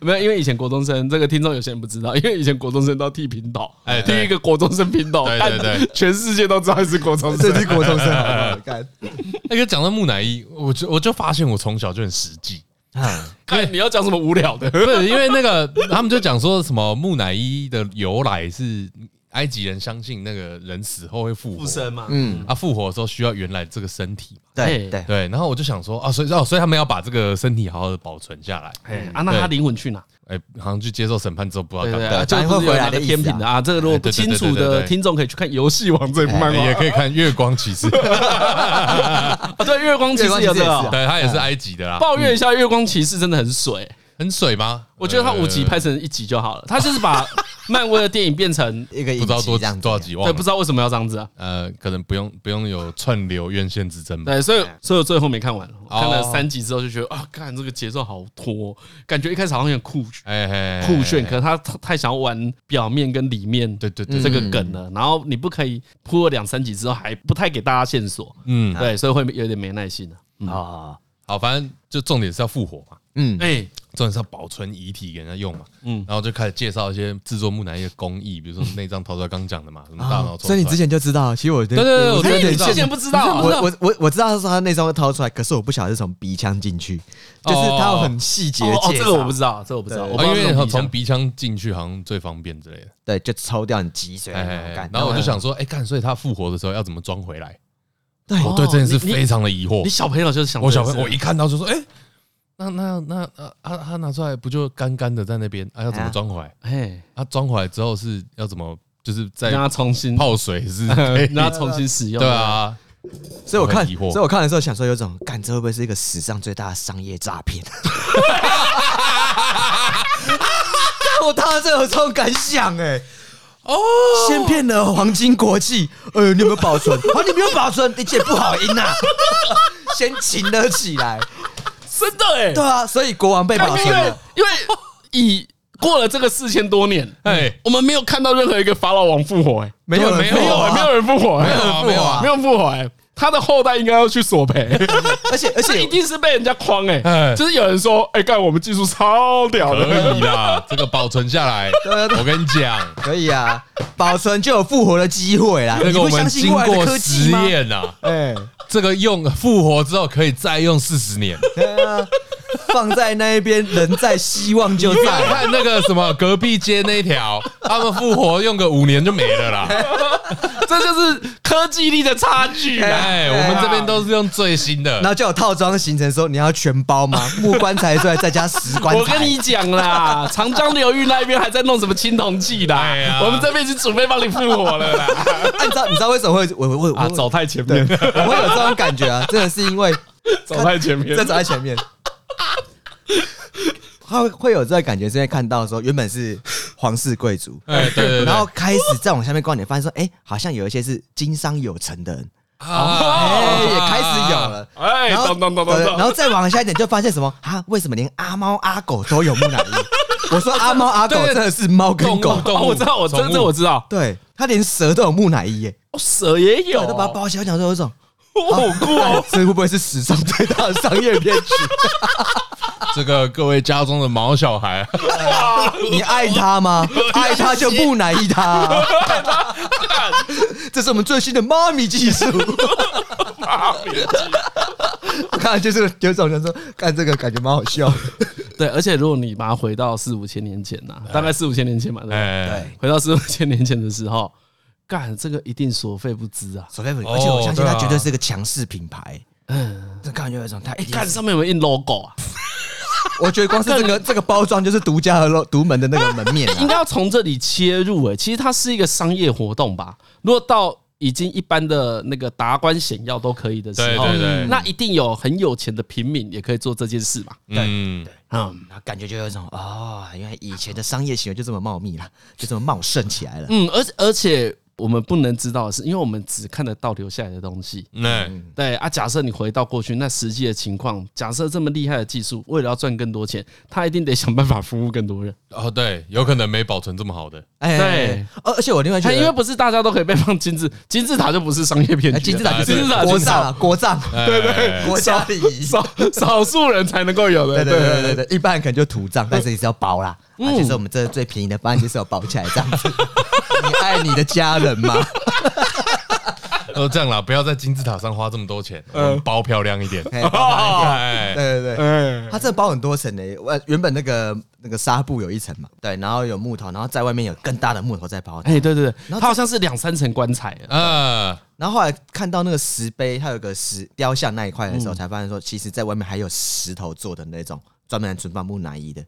Speaker 1: 没有，因为以前国中生，这个听众有些人不知道，因为以前国中生都要剃平头，
Speaker 2: 哎
Speaker 1: 第
Speaker 2: 对
Speaker 1: 一个国中生平头，
Speaker 2: 对
Speaker 1: 但
Speaker 2: 对对
Speaker 1: 全世界都知道你是国中生
Speaker 3: 这。是国中生，好不好？干，
Speaker 2: 那个讲到木乃伊，我就我就发现我从小就很实际，
Speaker 3: 啊
Speaker 1: 看你要讲什么无 聊的，
Speaker 2: 不是因为那个他们就讲说什么木乃伊的由来是埃及人相信那个人死后会复活，
Speaker 1: 嘛
Speaker 3: 嗯，
Speaker 2: 啊，复活的时候需要原来这个身体嘛，
Speaker 3: 对
Speaker 1: 哎
Speaker 3: 对，
Speaker 2: 对，然后我就想说啊，所以哦，所以他们要把这个身体好好的保存下来，
Speaker 1: 哎，啊，那他灵魂去哪？
Speaker 2: 哎，好像去接受审判之后不知道
Speaker 1: 哦对对，
Speaker 2: 干嘛
Speaker 1: 对
Speaker 3: 对
Speaker 1: 就
Speaker 3: 反正
Speaker 1: 不
Speaker 3: 会
Speaker 1: 是有
Speaker 3: 回来
Speaker 1: 那个
Speaker 3: 的意思
Speaker 1: 天平的啊。这个如果不
Speaker 2: 对对对
Speaker 1: 清楚
Speaker 2: 对对
Speaker 1: 的
Speaker 2: 对哎
Speaker 1: 听众可以去看《游戏王》这部漫画
Speaker 2: 也可以看《月光骑 士》，
Speaker 1: 啊。对，月光骑士有这
Speaker 3: 月光骑士也是
Speaker 1: 个
Speaker 3: 啊
Speaker 1: 哦，
Speaker 2: 对他也是埃及的啦。
Speaker 1: 抱怨一下，月光骑士真的很水。
Speaker 2: 很水吗？
Speaker 1: 我觉得他五集拍成一集就好了，他就是把漫威的电影变成，
Speaker 3: 一个
Speaker 2: 呃
Speaker 3: 影
Speaker 2: 不知道
Speaker 3: 集
Speaker 2: 多
Speaker 3: 这样子
Speaker 2: 多少集忘
Speaker 1: 对，
Speaker 2: 了，
Speaker 1: 不知道为什么要这样子啊。
Speaker 2: 呃，可能不用不用有串流院线之争吧。
Speaker 1: 对，所以所以我最后没看完，我看了
Speaker 2: 哦
Speaker 1: 三集之后就觉得啊，看这个节奏好拖，哦感觉一开始好像有点酷
Speaker 2: 哎哎，哎
Speaker 1: 酷炫，可，是他太太想要玩表面跟里面
Speaker 2: 对对对，
Speaker 1: 这个梗了，然后你不可以铺了两三集之后还不太给大家线索，
Speaker 2: 嗯，
Speaker 1: 对，所以会有点没耐心了。
Speaker 3: 啊，
Speaker 2: 好，反正就重点是要复活嘛，
Speaker 3: 嗯，
Speaker 1: 哎，
Speaker 2: 重点是要保存遗体给人家用嘛，
Speaker 1: 嗯
Speaker 2: 嗯，然后就开始介绍一些制作木乃伊的工艺，比如说内脏掏出来刚讲的嘛，什么大
Speaker 1: 啊
Speaker 2: 脑啊抽出
Speaker 3: 哦所
Speaker 2: 来，
Speaker 3: 以你之前就知道，其实我对
Speaker 2: 对对对我
Speaker 3: 我有
Speaker 2: 之
Speaker 3: 点
Speaker 2: 前
Speaker 1: 之前不知道啊，
Speaker 3: 我我我我知道是他内脏会掏出来，可是我不晓得是从鼻腔进去，就是他有很细节
Speaker 1: 哦
Speaker 3: 的
Speaker 1: 哦，
Speaker 3: 介
Speaker 1: 这个我
Speaker 3: 绍
Speaker 1: 不，知道，这个我不知道，我不
Speaker 2: 哦
Speaker 1: 知道
Speaker 2: 因
Speaker 1: 这
Speaker 2: 为
Speaker 1: 种
Speaker 2: 从
Speaker 1: 鼻
Speaker 2: 鼻腔进去好像最方便之类的，
Speaker 3: 对，就抽掉你脊
Speaker 2: 哎
Speaker 3: 髓那
Speaker 2: 哎
Speaker 3: 种
Speaker 2: 哎
Speaker 3: 感，觉。
Speaker 2: 然后我就想说，哎，干，所以他复活的时候要怎么装回来？
Speaker 3: 对
Speaker 2: 我对这件事非
Speaker 1: 常，
Speaker 2: 常的疑惑
Speaker 1: 哦你。小朋友就是想
Speaker 2: 我小
Speaker 1: 这
Speaker 2: 朋
Speaker 1: 个
Speaker 2: 友
Speaker 1: 事
Speaker 2: 我一看到就说，哎，那那那啊啊，他拿出来不就干干的在那边？啊，要怎么装回来？
Speaker 1: 哎，
Speaker 2: 他装回来之后是要怎么？就是在
Speaker 1: 让他重新，
Speaker 2: 泡水是 啊
Speaker 1: 让他重新使用，
Speaker 2: 对，啊，
Speaker 3: 所以我
Speaker 2: 我
Speaker 3: 看，
Speaker 2: 很疑惑
Speaker 3: 所以我看的时候想说，有种干，这会不会是一个史上最大的商业诈骗？干我当时真的有这种感想哎、哦，先骗了黄金国际，呃，你有没有保存？ 啊，你没有保存，你姐不好赢呐、啊 先擒了起 来。
Speaker 1: 真的哎，
Speaker 3: 对啊，所以国王被保存
Speaker 1: 因为
Speaker 2: 啊
Speaker 3: 了。
Speaker 1: 因为以过了这个四千多年，
Speaker 2: 哎，
Speaker 1: 我们没有看到任何一个法老王复活，哎，
Speaker 3: 没有人
Speaker 2: 没有
Speaker 1: 没有
Speaker 3: 啊
Speaker 1: 哎，没有人复活，哎
Speaker 2: 哦没有啊没有啊
Speaker 1: 没有复活，哎，他的后代应该要去索赔，
Speaker 3: 而且而
Speaker 1: 这一
Speaker 3: 且
Speaker 1: 定是被人家诓哎，
Speaker 2: 哎
Speaker 1: 就是有人说，哎，干我们技术超屌的，
Speaker 2: 可以啦，这个保存下来。
Speaker 3: 对啊
Speaker 2: 我跟你 讲，
Speaker 3: 可以啊，保存就有复活的机会啦。
Speaker 2: 这
Speaker 3: 你
Speaker 2: 个我
Speaker 3: 不
Speaker 2: 们
Speaker 3: 相信
Speaker 2: 经
Speaker 3: 未来的
Speaker 2: 过实
Speaker 3: 科技吗？
Speaker 2: 验啊，
Speaker 3: 哎、
Speaker 2: 这个用复活之后可以再用四十 年。
Speaker 3: 对啊，放在那一边，人在，希望就
Speaker 2: 你
Speaker 3: 在。
Speaker 2: 看那个什么隔壁街那一条，他们复活用个五年就没了 啦。
Speaker 1: 这就是科技力的差距啊。
Speaker 2: 哎，我们这边都是用最新
Speaker 3: 然
Speaker 2: 的。
Speaker 3: 后就有套装行程说你要全包吗？木棺材出来再加石棺材。
Speaker 1: 我跟你讲 啦，长江流域那边还在弄什么青铜器啦，
Speaker 2: 哎呀
Speaker 1: 我们这边已经准备帮你复活了啦。
Speaker 3: 按照你知道为什么会我我 我
Speaker 1: 啊，
Speaker 3: 我
Speaker 1: 走太前
Speaker 3: 对，
Speaker 1: 面，
Speaker 3: 我会有这种感觉啊，真的是因为
Speaker 1: 走太前面
Speaker 3: 这，走在前面，他会会有这个感觉，是因为看到说原本是皇室贵族，
Speaker 2: 哎，对对对，
Speaker 3: 然后开始再往下面观点发现说，哎，好像有一些是经商有成的人，
Speaker 2: 啊
Speaker 1: 哦
Speaker 3: 哎，也开始有了。
Speaker 1: 哎，
Speaker 3: 然后
Speaker 1: 咚咚咚咚
Speaker 3: 对
Speaker 1: 咚
Speaker 3: 然。后再往下一点，就发现什么啊？为什么连阿猫阿狗都有木乃 伊？我说阿猫阿狗
Speaker 2: 对
Speaker 3: 真的是猫跟
Speaker 2: 动
Speaker 3: 狗
Speaker 2: 物，动
Speaker 1: 哦，
Speaker 2: 物，
Speaker 1: 我知道，我
Speaker 2: 宠
Speaker 1: 真
Speaker 2: 物
Speaker 1: 这我知道，
Speaker 3: 对，它连蛇都有木乃伊耶，
Speaker 1: 哦，蛇也有
Speaker 3: 对，都把它包起来，我想说有一种，
Speaker 1: 我好酷
Speaker 3: 哎
Speaker 1: 哦。
Speaker 3: 这会不会是史上最大的商业骗局？
Speaker 2: 这个各位家中的毛小 孩，
Speaker 3: 你爱 它吗？爱它就木乃伊它， 这是我们最新的妈咪技术。 我看就是有一种人说，看这个感觉蛮好笑的，
Speaker 1: 对，而且如果你把它回到四五千年前呐、大概四五千年前嘛，对不对
Speaker 2: 哎，
Speaker 1: 回到四五千年前的时候，干这个一定所费不知啊！
Speaker 3: 所以
Speaker 2: 哦
Speaker 3: 而且我相信
Speaker 2: 对啊
Speaker 3: 它绝对是一个强势品牌。
Speaker 1: 哦啊
Speaker 3: 嗯，这感觉有一种它一定
Speaker 1: 干
Speaker 3: 是
Speaker 1: 上面有没有印 logo 啊？
Speaker 3: 我觉得光是这个这个包装就是独家和独门的那个门面
Speaker 1: 应
Speaker 3: 啊。
Speaker 1: 该要从这里切入诶、欸其实它是一个商业活动吧。如果到已经一般的那个达官显要都可以的时
Speaker 2: 对
Speaker 1: 候，
Speaker 2: 对对，
Speaker 1: 那一定有很有钱的平民也可以做这件事嘛。
Speaker 2: 嗯，
Speaker 1: 嗯
Speaker 3: 然后感觉就有一种哦，原来以前的商业行为就这么茂密啦，就这么茂盛起来了。
Speaker 1: 嗯，而而且我们不能知道的是，因为我们只看得到留下来的东西。
Speaker 2: 那
Speaker 1: 对啊，假设你回到过去，那实际的情况，假设这么厉害的技术，为了要赚更多钱，他一定得想办法服务更多人。
Speaker 2: 哦对，有可能没保存这么好 的，
Speaker 3: 哎，
Speaker 1: 对
Speaker 3: 而而且我另外觉
Speaker 1: 他
Speaker 3: 得，
Speaker 1: 因为不是大家都可以被放金字 金字塔，就不是商业骗局
Speaker 3: 哎
Speaker 1: 了，
Speaker 3: 金字塔就
Speaker 1: 金
Speaker 3: 是
Speaker 1: 字塔哎
Speaker 3: 国
Speaker 1: 就是
Speaker 3: 葬啊，国葬，
Speaker 2: 对对
Speaker 3: 国家礼仪。
Speaker 1: 少少数人才能够有的。
Speaker 3: 对对对对对，对一般人可能就土葬，但是也是要包啦。
Speaker 1: 嗯
Speaker 3: 啊，就是我们这最便宜的方案就是要包起来这样子。 你爱你的家人 吗？
Speaker 2: 都这样啦，不要在金字塔上花这么多钱，我们包漂亮一点。
Speaker 3: 嗯哎包大一点
Speaker 2: 哎，
Speaker 3: 对对对，
Speaker 1: 哎，
Speaker 3: 它这包很多层的，我原本那个那个纱布有一层嘛，对，然后有木头，然后在外面有更大的木头再包。
Speaker 1: 哎，对对对，
Speaker 3: 然后
Speaker 1: 它好像是两三层棺材了。
Speaker 2: 啊，
Speaker 3: 然后后来看到那个石碑，它有个石雕像那一块的时候，才发现说，其实在外面还有石头做的那种专门来存放木乃伊的。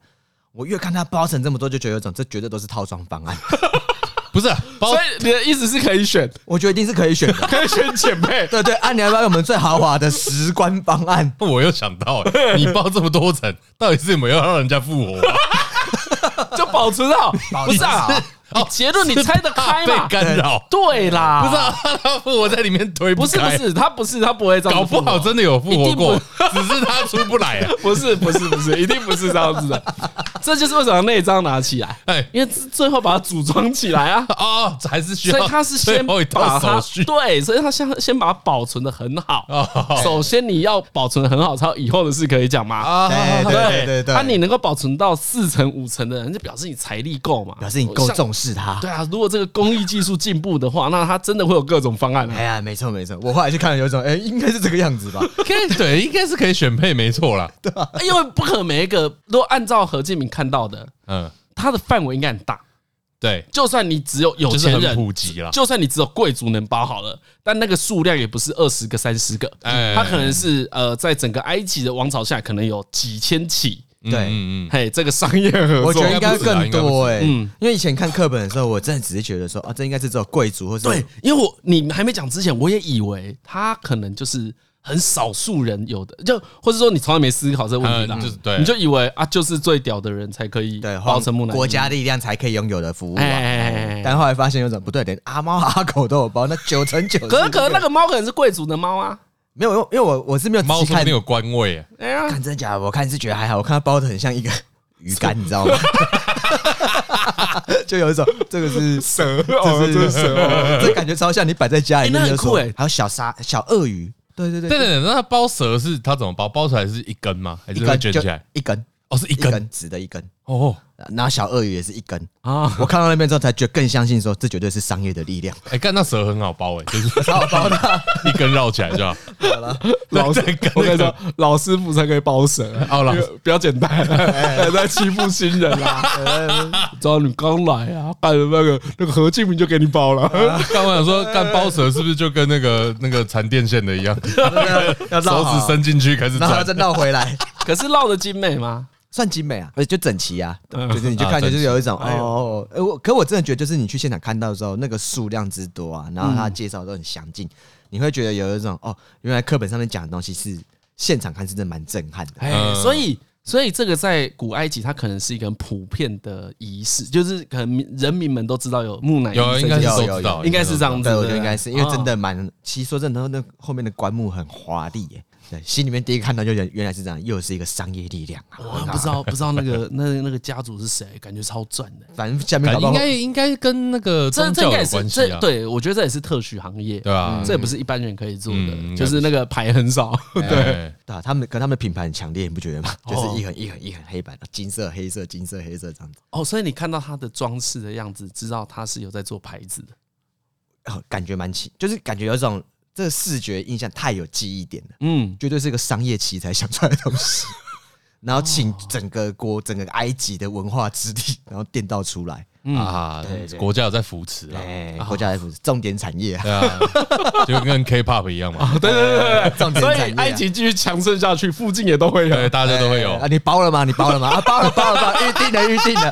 Speaker 3: 我越看它包成这么多，就觉得有种这绝对都是套装方案，
Speaker 2: 不是包
Speaker 1: 所以你的意思是可以选，
Speaker 3: 我觉得一定是可以选的。
Speaker 1: 可以选姐妹。
Speaker 3: 对对，按、啊、你要不要有我们最豪华的十关方案？
Speaker 2: 我又想到了，你包这么多层， 到底是有没有要让人家复活、啊？
Speaker 1: 就保存好，不是啊？ 你结论你猜得开
Speaker 2: 被
Speaker 1: 嘛？
Speaker 2: 干扰，
Speaker 1: 对啦，
Speaker 2: 不是啊？他复活在里面推
Speaker 1: 不是不
Speaker 2: 开，
Speaker 1: 是，他不是他不会这样
Speaker 2: 搞
Speaker 1: 子复
Speaker 2: 不
Speaker 1: 活，
Speaker 2: 好真的有复
Speaker 1: 一
Speaker 2: 活
Speaker 1: 定
Speaker 2: 过，只是他出不来 啊。
Speaker 1: 不是不是不是，一定不是这样子的。这就是为什么那一张拿起来，
Speaker 2: 哎，
Speaker 1: 因为最后把它组装起来啊。
Speaker 2: 哦，还是需要，
Speaker 1: 所以他是先
Speaker 2: 最后一
Speaker 1: 把
Speaker 2: 道
Speaker 1: 它
Speaker 2: 手续
Speaker 1: 对，所以他先先把它保存的很好。
Speaker 2: 哦
Speaker 1: 首先你要保存得很好，才有以后的事可以讲嘛。
Speaker 2: 啊
Speaker 3: 对对对对对，
Speaker 1: 啊，你能够保存到四成五成的人，就表示你财力够嘛，
Speaker 3: 表示你够
Speaker 1: 像。
Speaker 3: 重视他。
Speaker 1: 对啊，如果这个工艺技术进步的话，那他真的会有各种方案啊
Speaker 3: 哎。呀，没错没错，我后来去看了，有一种哎，应该是这个样 子吧？
Speaker 2: 可以对，应该是可以选配，没错啦。
Speaker 1: 因为不可能每一个，如果按照何建明看到的，
Speaker 2: 嗯，
Speaker 1: 他的范围应该很大。
Speaker 2: 对，
Speaker 1: 就算你只有有
Speaker 2: 就是
Speaker 1: 钱
Speaker 2: 很
Speaker 1: 人，
Speaker 2: 普及啊啦。
Speaker 1: 就算你只有贵族能包好了，但那个数量也不是二十个、三十个，
Speaker 2: 哎
Speaker 1: 它可能是呃，在整个埃及的王朝下，可能有几千起。
Speaker 2: 嗯
Speaker 3: 对
Speaker 2: 嗯嗯，
Speaker 1: 嘿，这个商业合
Speaker 3: 我觉
Speaker 1: 作
Speaker 3: 得应该更多哎、
Speaker 1: 嗯
Speaker 3: 因为以前看课本的时候，我真的只是觉得说，啊，这应该是只有贵族或是
Speaker 1: 对，因为我你还没讲之前，我也以为他可能就是很少数人有的，就或者说你从来没思考这个问题啦，
Speaker 2: 嗯就是对
Speaker 1: 你就以为啊，就是最屌的人才可以
Speaker 3: 对
Speaker 1: 包成木乃伊
Speaker 3: 国家力量才可以拥有的服务、啊。
Speaker 1: 哎哎哎哎哎
Speaker 3: 但后来发现有种不对，连阿猫阿狗都有包，那九成九。
Speaker 1: 可是可能那个猫可能是贵族的猫啊，
Speaker 3: 没有，因为因为我我是没有仔
Speaker 2: 嗯猫说
Speaker 3: 细
Speaker 2: 不
Speaker 3: 看
Speaker 2: 定。有官位啊，
Speaker 1: 哎呀，
Speaker 3: 看真的假的，我看是觉得还好，我看它包的很像一个鱼竿，你知道吗？ 就有一种这个是蛇，这是蛇，这感觉超像你摆在家里
Speaker 1: 哎
Speaker 3: 面
Speaker 1: 那
Speaker 3: 就
Speaker 1: 很
Speaker 3: 说，
Speaker 1: 酷哎
Speaker 3: 还有小鲨、小鳄鱼，对对对，
Speaker 2: 对对对，那它包蛇是它怎么包？包出来是一根吗？还
Speaker 3: 一
Speaker 2: 是会
Speaker 3: 根
Speaker 2: 卷
Speaker 3: 就
Speaker 2: 起来？
Speaker 3: 一根
Speaker 2: 哦，是一
Speaker 3: 一
Speaker 2: 根
Speaker 3: 根直的一根，
Speaker 2: 哦。
Speaker 3: 然后小鳄鱼也是一根
Speaker 1: 啊
Speaker 3: 啊！我看到那边之后才觉得更相信说，这绝对是商业的力量。
Speaker 2: 哎，干那蛇很好包哎，就是好包的，一根绕起来就好。
Speaker 1: 老 师
Speaker 2: 对跟那个，
Speaker 1: 我跟你说，老师傅才可以包蛇
Speaker 2: 哦老师
Speaker 1: 因为比较简单，还 在欺负新人 啦。哎只要你哎刚来啊，干的那个那个何敬明就给你包了，
Speaker 2: 刚我想说，干包蛇是不是就跟那个那个缠电线的一样，
Speaker 3: 要绕
Speaker 2: 手
Speaker 3: 好
Speaker 2: 指伸进去开始
Speaker 3: 然后它
Speaker 2: 转
Speaker 3: 再？绕回来，
Speaker 1: 可是绕的精美吗？
Speaker 3: 算精美啊，而且就整齐啊，
Speaker 1: 嗯
Speaker 3: 就是你就看
Speaker 2: 啊
Speaker 3: 着就
Speaker 2: 整齐
Speaker 3: 是有一种哦，哎我可我真的觉得就是你去现场看到的时候，那个数量之多啊，然后他介绍都很详尽，你会觉得有一种哦，原来课本上面讲的东西是现场看是真的蛮震撼的。
Speaker 2: 嗯
Speaker 1: 哎，所以。所以这个在古埃及，它可能是一个很普遍的仪式，就是可能民人民们都知道有木乃伊
Speaker 2: 有，啊应
Speaker 1: 这
Speaker 2: 该
Speaker 1: 件
Speaker 2: 是
Speaker 1: 事，
Speaker 3: 有
Speaker 2: 都
Speaker 3: 有
Speaker 2: 知道，
Speaker 1: 应该是这样子
Speaker 3: 对，
Speaker 1: 的。
Speaker 3: 我觉得应该是因为真
Speaker 1: 哦
Speaker 3: 的蛮，其实说真的，那后面的棺木很华丽耶。对，心里面第一个看到就原原来是这样，又是一个商业力量啊！
Speaker 1: 我不知道不知道那个那那个家族是谁，感觉超赚的。
Speaker 3: 反正下面
Speaker 2: 感
Speaker 3: 搞
Speaker 2: 觉应
Speaker 3: 不好
Speaker 2: 该应该跟那个
Speaker 1: 这
Speaker 2: 宗
Speaker 1: 这应
Speaker 2: 教
Speaker 1: 该也
Speaker 2: 有
Speaker 1: 是
Speaker 2: 关系
Speaker 1: 这
Speaker 2: 啊，
Speaker 1: 对，我觉得这也是特许行业，
Speaker 2: 对吧？
Speaker 1: 这也不是一般人可以做
Speaker 2: 嗯
Speaker 1: 的，
Speaker 2: 应该
Speaker 1: 就是那个牌很 少。
Speaker 2: 对，
Speaker 3: 对啊，他们可他们的品牌很强烈，你不觉得吗？就是一
Speaker 1: 哦
Speaker 3: 横一横一横黑板，金色黑色金色黑色这样子，
Speaker 1: 哦，所以你看到它的装饰的样子，知道它是有在做牌子的。
Speaker 3: 哦感觉蛮奇，就是感觉有一种这个视觉印象太有记忆点了，
Speaker 1: 嗯，
Speaker 3: 绝对是个商业奇才想出来的东 西。然后请整个国、整个埃及的文化之地，然后颠倒出来，
Speaker 2: 啊
Speaker 3: 对，对
Speaker 2: 国家有在扶持啊，
Speaker 3: 哎、国家 F 重点产业啊，
Speaker 2: 对啊，就跟 K-pop 一样嘛，
Speaker 1: 对对对对
Speaker 3: 重点
Speaker 1: 所
Speaker 3: 产
Speaker 1: 以
Speaker 3: 业啊
Speaker 1: 埃及继续强盛下去，附近也都会有。
Speaker 2: 对，大家都会有
Speaker 3: 啊，。你包了吗？你包了 吗？啊，包了，包了，包了，预定了，预定 了。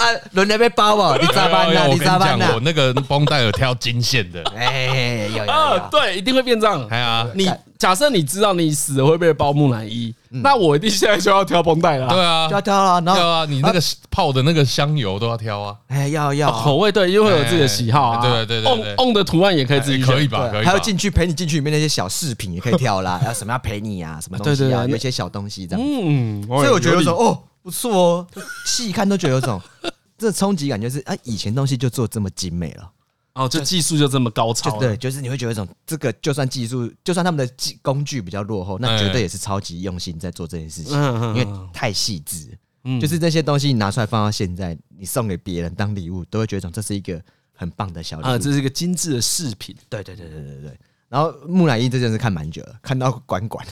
Speaker 3: 啊，轮流被包哦，你咋办呢？
Speaker 2: 哎有有有我
Speaker 3: 你
Speaker 2: 跟
Speaker 3: 咋办
Speaker 2: 你
Speaker 3: 呢
Speaker 2: 讲，我？那个绷带有挑金线的，
Speaker 3: 哎，有有
Speaker 1: 啊，
Speaker 3: 有，
Speaker 1: 对，一定会变这样
Speaker 2: 哎。呀，
Speaker 1: 你假设你知道你死了会被包木乃伊，那我一定现在就要挑绷带了啊。
Speaker 2: 嗯对啊
Speaker 3: 就，要挑了，然
Speaker 2: 对
Speaker 3: 后
Speaker 2: 啊，你那个泡的那个香油都要挑啊，
Speaker 3: 哎，要要
Speaker 1: 口味哦对，因为会有自己的喜好啊。
Speaker 2: 哎对对对对对哎
Speaker 1: on on 的图案也可以自己选
Speaker 2: 可以。吧？可
Speaker 3: 对，啊
Speaker 2: 以
Speaker 3: 还
Speaker 2: 吧
Speaker 3: 有？进去陪你进去里面那些小饰品也可以挑 啦，要什么要陪你啊，什么东
Speaker 1: 对
Speaker 3: 西
Speaker 1: 对
Speaker 3: 啊，
Speaker 1: 对
Speaker 3: 有一些小东西这样。
Speaker 1: 嗯，
Speaker 3: 所
Speaker 1: 所
Speaker 3: 以我觉得有种哦，不错哦， 细看都觉得有种这冲击感，就是啊，以前东西就做这么精美了，
Speaker 1: 哦，就技术就这么高
Speaker 3: 就
Speaker 1: 超了。
Speaker 3: 对，就是你会觉得有种这个就算技术，就算他们的技工具比较落后，那绝对也是超级用心在做这件事情，
Speaker 1: 哎嗯嗯嗯嗯
Speaker 3: 因为太细致。就是这些东西你拿出来放到现在，你送给别人当礼物，都会觉得这是一个很棒的小
Speaker 2: 嗯
Speaker 3: 礼物。
Speaker 1: 啊，这是一个精致的饰品。
Speaker 3: 对对对对对对。然后木乃伊这件事看蛮久了，看到管管。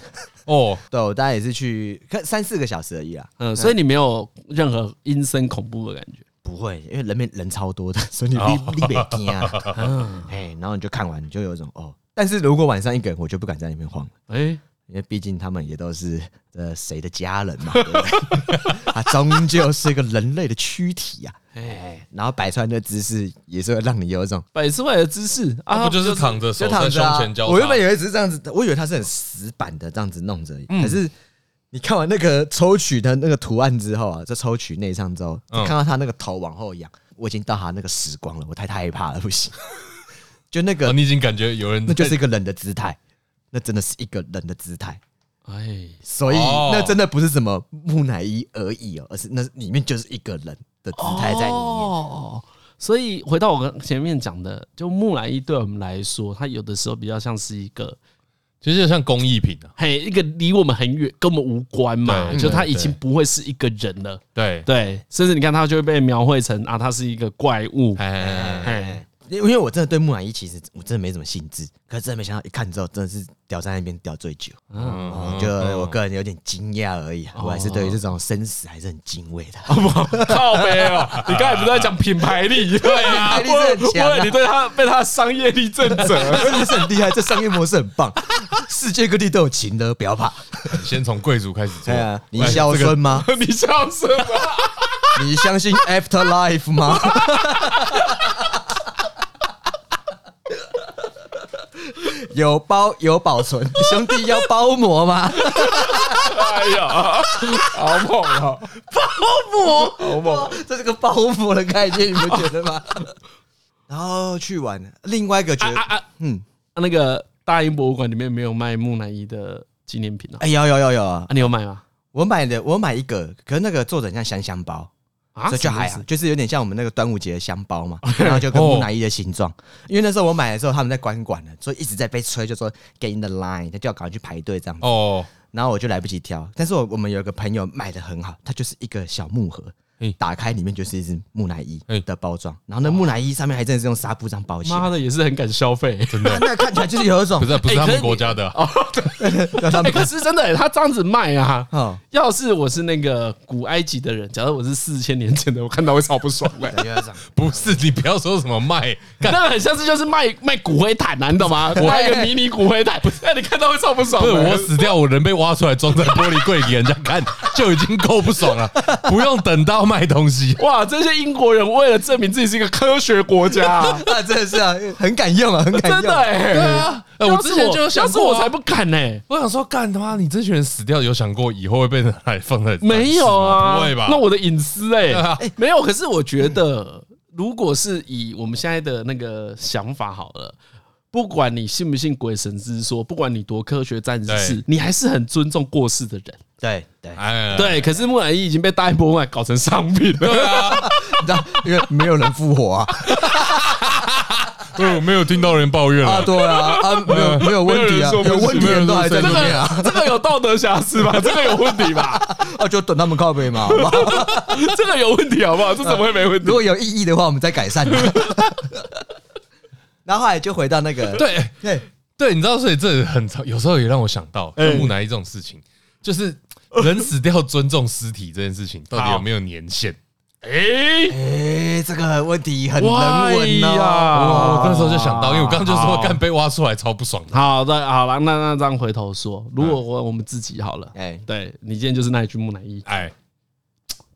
Speaker 2: 哦，
Speaker 3: 对，我大概也是去看三四个小时而已啦。
Speaker 1: 嗯，所以你没有任何阴森恐怖的感觉。
Speaker 3: 不会，因为人面人超多的， 所以你你你别惊嗯啊。哎，然后你就看完，你就有一种哦。但是如果晚上一个人，我就不敢在里面晃了，
Speaker 1: 哎，
Speaker 3: 因为毕竟他们也都是呃谁的家人嘛，对不对？啊，终究是个人类的躯体啊，哎，然后摆出来的姿势也是会让你有一种
Speaker 1: 摆出来的姿势啊，
Speaker 2: 不就是躺着手
Speaker 3: 就
Speaker 2: 在胸
Speaker 3: 躺着啊
Speaker 2: 前交叉？
Speaker 3: 我原本以为只是这样子，我以为它是很死板的这样子弄着而已，
Speaker 2: 嗯
Speaker 3: 可是你看完那个抽取的那个图案之后啊，在抽取内脏之后，啊
Speaker 2: 嗯
Speaker 3: 看到他那个头往后仰，我已经到他那个时光了，我太害怕了，不行。 就那
Speaker 2: 哦
Speaker 3: 个，
Speaker 2: 你已经感觉有人
Speaker 3: 那就
Speaker 2: 在
Speaker 3: 是一个人的姿态，那真的是一个人的姿态，
Speaker 1: 哎，
Speaker 3: 所以
Speaker 2: 哦
Speaker 3: 那真的不是什么木乃伊而已哦，而是那里面就是一个人的姿态在里面。
Speaker 1: 哦，所以回到我刚前面讲的，就木乃伊对我们来说，它有的时候比较像是一个
Speaker 2: 其实就像工艺品啊，
Speaker 1: 嘿一个离我们很远，跟我们无关嘛，
Speaker 2: 对
Speaker 1: 就它已
Speaker 2: 对
Speaker 1: 经不会是一个人了。
Speaker 2: 对，
Speaker 1: 对，甚至你看它就会被描绘成啊，它是一个怪物。
Speaker 2: 哎哎哎哎
Speaker 1: 哎，
Speaker 3: 因为我真的对木乃伊其实我真的没什么兴致，可是真的没想到一看之后真的是屌在那边屌最久。
Speaker 2: 嗯
Speaker 3: 哦，
Speaker 2: 嗯
Speaker 3: 就
Speaker 2: 嗯
Speaker 3: 我个人有点惊讶而已啊，我还是对于这种生死还是很敬畏的。
Speaker 1: 靠背哦！你刚才不是在讲品牌力？对啊，
Speaker 3: 品牌力是很强啊
Speaker 1: 我以为你对它被它的商业力震
Speaker 3: 哦
Speaker 1: 慑。
Speaker 3: 真的是很厉害，这商业模式很棒，世界各地都有情的，不要怕。
Speaker 2: 你嗯先从贵族开始做 哎
Speaker 3: 对。啊，你孝顺吗？
Speaker 1: 你笑什么？
Speaker 3: 你相信 after life 吗？ 有包有保存，兄弟要包膜吗？
Speaker 1: 哎呀，好猛啊！
Speaker 3: 包膜，这是个包膜的概念，你们觉得 吗？然后去玩，另外一个觉
Speaker 1: 啊
Speaker 3: 得，嗯，
Speaker 1: 那个大英博物馆里面没有卖木乃伊的纪念品啊？
Speaker 3: 哎，有有有有啊
Speaker 1: 啊，，你有买吗？
Speaker 3: 我买的，我买一个，可是那个做的很像香香包，
Speaker 1: 啊，
Speaker 3: 所以就还
Speaker 1: 什
Speaker 3: 好
Speaker 1: 么，
Speaker 3: 就是有点像我们那个端午节的香包嘛， 然后就跟木乃伊的形状。因为那时候我买的时候他们在关馆了，所以一直在被催，就说给你的 line，他就要赶快去排队这样子。
Speaker 2: 哦，
Speaker 3: 然后我就来不及挑，但是我我们有一个朋友买的很好，它就是一个小木盒
Speaker 2: 嘿，
Speaker 3: 打开里面就是一只木乃伊
Speaker 2: 嘿
Speaker 3: 的包装，然后那木乃伊上面还真的是用纱布这样包
Speaker 1: 意
Speaker 3: 起
Speaker 1: 思？
Speaker 3: 来
Speaker 1: 妈，的，也是很敢消费。
Speaker 2: 真 的
Speaker 3: 那看起来就是有一种
Speaker 2: 不是不是
Speaker 1: 哎可
Speaker 2: 他们
Speaker 1: 是
Speaker 2: 国家的啊，
Speaker 3: 要他
Speaker 1: 哎，
Speaker 3: 们
Speaker 1: 可是真的欸，他这样子卖啊。
Speaker 3: 哦，
Speaker 1: 要是我是那个古埃及的人，假如我是四千年前的，我看到会超不爽 的。
Speaker 3: 有一种
Speaker 2: 不是你不要说什么卖，干
Speaker 1: 那很像是就是卖卖骨灰坛啊，你懂 吗？我卖一个迷你骨灰坛，那你看到会超不爽
Speaker 2: 不
Speaker 1: 的。
Speaker 2: 是哦我死掉，我人被挖出来装在玻璃柜给人家看，就已经够不爽了，不用等到卖东西。
Speaker 1: 哇，这些英国人为了证明自己是一个科学国家 啊，
Speaker 3: 啊，真的是啊，很敢用啊，很敢用。
Speaker 1: 真的哎。对啊
Speaker 2: 哎我之前就有想
Speaker 1: 要是
Speaker 2: 过
Speaker 1: 我
Speaker 2: 啊
Speaker 1: 才不敢欸呢。
Speaker 2: 我想说，干他妈，你这群人死掉，有想过以后会被拿来放在
Speaker 1: 没有啊，
Speaker 2: 不会吧？
Speaker 1: 那我的隐私 哎、
Speaker 2: 啊
Speaker 1: 哎没有。可是我觉得，如果是以我们现在的那个想法好了。不管你信不信鬼神之说，不管你多科学战士
Speaker 2: 对，
Speaker 1: 你还是很尊重过世的人。
Speaker 3: 对对，
Speaker 2: 哎，
Speaker 1: 对，可是木乃伊已经被大英博物馆搞成商品 了。
Speaker 3: 你知道，因为没有人复活啊。
Speaker 2: 对，我没有听到人抱怨
Speaker 3: 啊，
Speaker 2: 了。
Speaker 3: 对啊，啊，没有没有问题啊，
Speaker 2: 没有人说不
Speaker 3: 有
Speaker 2: 是
Speaker 3: 问题的人都还在
Speaker 1: 这
Speaker 3: 里
Speaker 1: 个
Speaker 3: 面啊，
Speaker 1: 这个有道德瑕疵 吧？这个有问题吧？
Speaker 3: 啊，就等他们靠背嘛，好不好？
Speaker 1: 这个有问题好不好？这怎么会没问题
Speaker 3: 如？果有异议的话，我们再改善。 然后后来就回到那个，
Speaker 2: 对
Speaker 3: 对，
Speaker 2: 对，你知道，所以这很常，有时候也让我想到
Speaker 1: 哎
Speaker 2: 像木乃伊这种事情，就是人死掉尊重尸体这件事情，到底有没有年限？
Speaker 1: 哎，
Speaker 3: 哎，这个问题很人
Speaker 2: 哎
Speaker 1: 哇
Speaker 3: 文
Speaker 1: 呀
Speaker 2: 哦，
Speaker 3: 哦。
Speaker 2: 我那时候就想到，因为我刚刚就说
Speaker 1: 好
Speaker 2: 干被挖出来超不爽的。
Speaker 1: 好的，好了，那那这样回头说，如果我我们自己好了，
Speaker 3: 哎，
Speaker 1: 对你今天就是那一具木乃伊，
Speaker 2: 哎，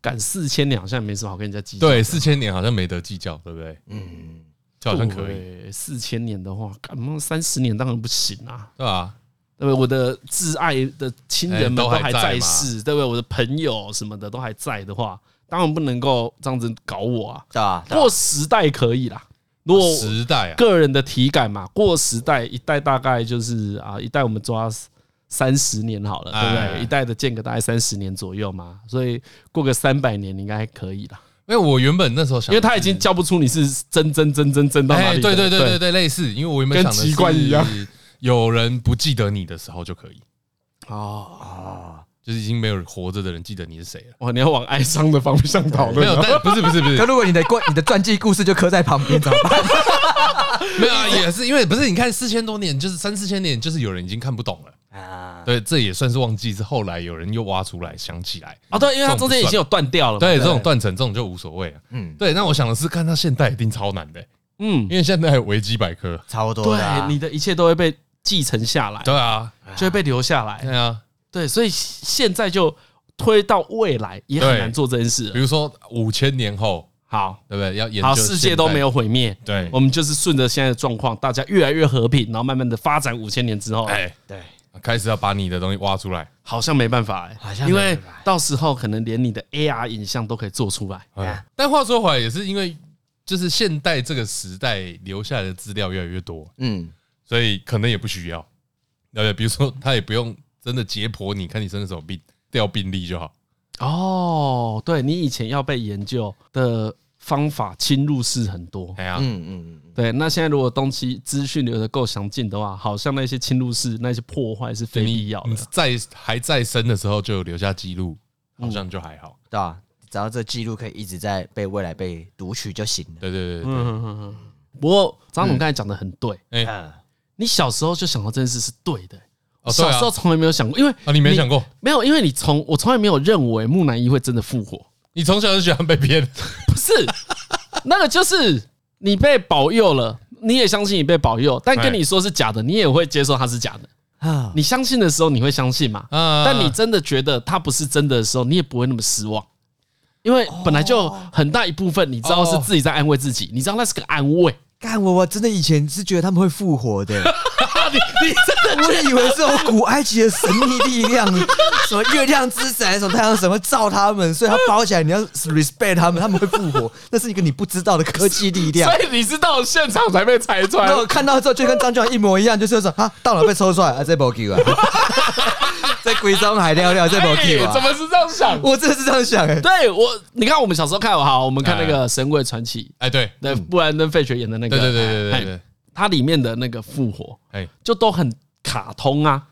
Speaker 1: 赶四千年好像也没什么好跟人家计较。
Speaker 2: 对，四千年好像没得计较，对不对？
Speaker 1: 哦
Speaker 3: 嗯，
Speaker 2: 就好像可以，
Speaker 1: 以。四千年的话，干嘛三十年当然不行啊，
Speaker 2: 对吧？
Speaker 1: 对不对？我的挚爱的亲人们
Speaker 2: 哎都
Speaker 1: 都
Speaker 2: 还
Speaker 1: 还
Speaker 2: 在
Speaker 1: 在
Speaker 2: 嘛
Speaker 1: 世，对不对？我的朋友什么的都还在的话，当然不能够这样子搞我啊。
Speaker 3: 对吧？对吧
Speaker 1: 过时代可以啦，如果
Speaker 2: 时代啊，
Speaker 1: 个人的体感嘛，过时代一代大概就是啊，一代我们抓三十年好了，对不
Speaker 2: 哎
Speaker 1: 对？一代的间隔大概三十年左右嘛，所以过个三百年你应该可以啦。
Speaker 2: 因为我原本那时候想，
Speaker 1: 因为他已经叫不出你是真真真真真到哪
Speaker 2: 哎，
Speaker 1: 里的。
Speaker 2: 对对对对对，类似，因为我原本
Speaker 1: 跟
Speaker 2: 想的
Speaker 1: 籍贯一样
Speaker 2: 是，有人不记得你的时候就可以，
Speaker 1: 哦，
Speaker 2: 就是已经没有活着的人记得你是谁了。
Speaker 1: 哇，你要往哀伤的方向讨
Speaker 2: 没
Speaker 1: 论
Speaker 2: 有，
Speaker 1: 啊。
Speaker 2: 但不是不是不是
Speaker 3: 可，如果你的过你的传记故事就刻在旁边，怎么办？
Speaker 2: 没有啊，也是因为不是，你看四千多年，就是三四千年，就是有人已经看不懂了。
Speaker 3: 啊，
Speaker 2: 对，这也算是忘记，是后来有人又挖出来想起来。
Speaker 1: 哦，对，因为它中间已经有断掉了。，
Speaker 2: 对，这种断层，这种就无所谓了。嗯，对。那我想的是，看他现代一定超难的、
Speaker 1: 嗯，哎
Speaker 2: 因为现在还有维基百科，
Speaker 3: 超多的啊
Speaker 1: 对，你的一切都会被继承下来，
Speaker 2: 对啊，
Speaker 1: 就会被留下来。
Speaker 2: 对啊，
Speaker 1: 对，所以现在就推到未来也很
Speaker 2: 对
Speaker 1: 难做这件事
Speaker 2: 比
Speaker 1: 了。
Speaker 2: 如说五千年后，
Speaker 1: 好，
Speaker 2: 对不对？要研究
Speaker 1: 好，世界
Speaker 2: 现
Speaker 1: 都
Speaker 2: 代
Speaker 1: 没有毁灭，
Speaker 2: 对
Speaker 1: 我们就是顺着现在的状况，大家越来越和平，然后慢慢的发展五千年之后，
Speaker 2: 哎，
Speaker 1: 对，
Speaker 2: 开始要把你的东西挖出来，
Speaker 1: 好像没办法哎、
Speaker 3: 好像没
Speaker 1: 因为
Speaker 3: 办法
Speaker 1: 到时候可能连你的 AR 影像都可以做出来。
Speaker 2: 哎但话说回来，也是因为就是现代这个时代留下来的资料越来越多，
Speaker 3: 嗯，
Speaker 2: 所以可能也不需要。呃，比如说他也不用真的解剖你，看你生了什么病，调病历就好。
Speaker 1: 哦，对你以前要被研究的方法侵入式很多。
Speaker 2: 哎呀，
Speaker 3: 嗯嗯嗯，
Speaker 1: 对，那现在如果东西资讯流的够详尽的话，好像那些侵入式、那些破坏是非
Speaker 2: 你嗯
Speaker 1: 必要的
Speaker 2: 你。在还在生的时候就有留下记录，好像就还
Speaker 1: 嗯
Speaker 2: 好。
Speaker 3: 对啊，只要这记录可以一直在被未来被读取就行了。
Speaker 2: 对对对对，
Speaker 1: 嗯嗯嗯嗯。不过张总刚才讲的很对，
Speaker 3: 嗯，
Speaker 1: 你小时候就想到这件事是对的、欸
Speaker 2: 哦，对
Speaker 1: 小
Speaker 2: 啊
Speaker 1: 时候，从来没有想过，因为
Speaker 2: 啊，你没想过，
Speaker 1: 没有，因为你从我从来没有认为木乃伊会真的复活，
Speaker 2: 你从小就喜欢被骗，
Speaker 1: 不是，那个就是你被保佑了，你也相信你被保佑，但
Speaker 2: 哎
Speaker 1: 跟你说是假的，你也会接受它是假的。
Speaker 3: 啊，
Speaker 1: 你相信的时候，你会相信嘛？
Speaker 2: 啊
Speaker 1: 但你真的觉得它不是真的的时候，你也不会那么失望，因为本来就很大一部分你知道是自己在安慰自己，你知道那是个安慰。
Speaker 3: 干我我真的以前是觉得他们会复活的，
Speaker 1: 你你真的
Speaker 3: 我也以为是有古埃及的神秘力量，什么月亮之神还是什么太阳神会照他们，所以他包起来，你要 respect 他们，他们会复活，那是一个你不知道的科技力量。
Speaker 1: 所以你是到现场才被拆穿
Speaker 3: 那。我看到之后就跟张俊一模一样，就是说啊，到了被抽出来，啊，这波 Q 啊， 在鬼中海尿尿，这波 Q
Speaker 1: 哎怎
Speaker 3: 啊，
Speaker 1: 么是这样想？
Speaker 3: 我真的是这样想哎、
Speaker 1: 对我，你看我们小时候看好，我们看那个《神鬼传奇
Speaker 2: 哎，对》，
Speaker 1: 那布兰登·费雪演的那个，
Speaker 2: 对对对对对对
Speaker 1: 哎，，它里面的那个复活
Speaker 2: 哎，
Speaker 1: 就都很卡通啊。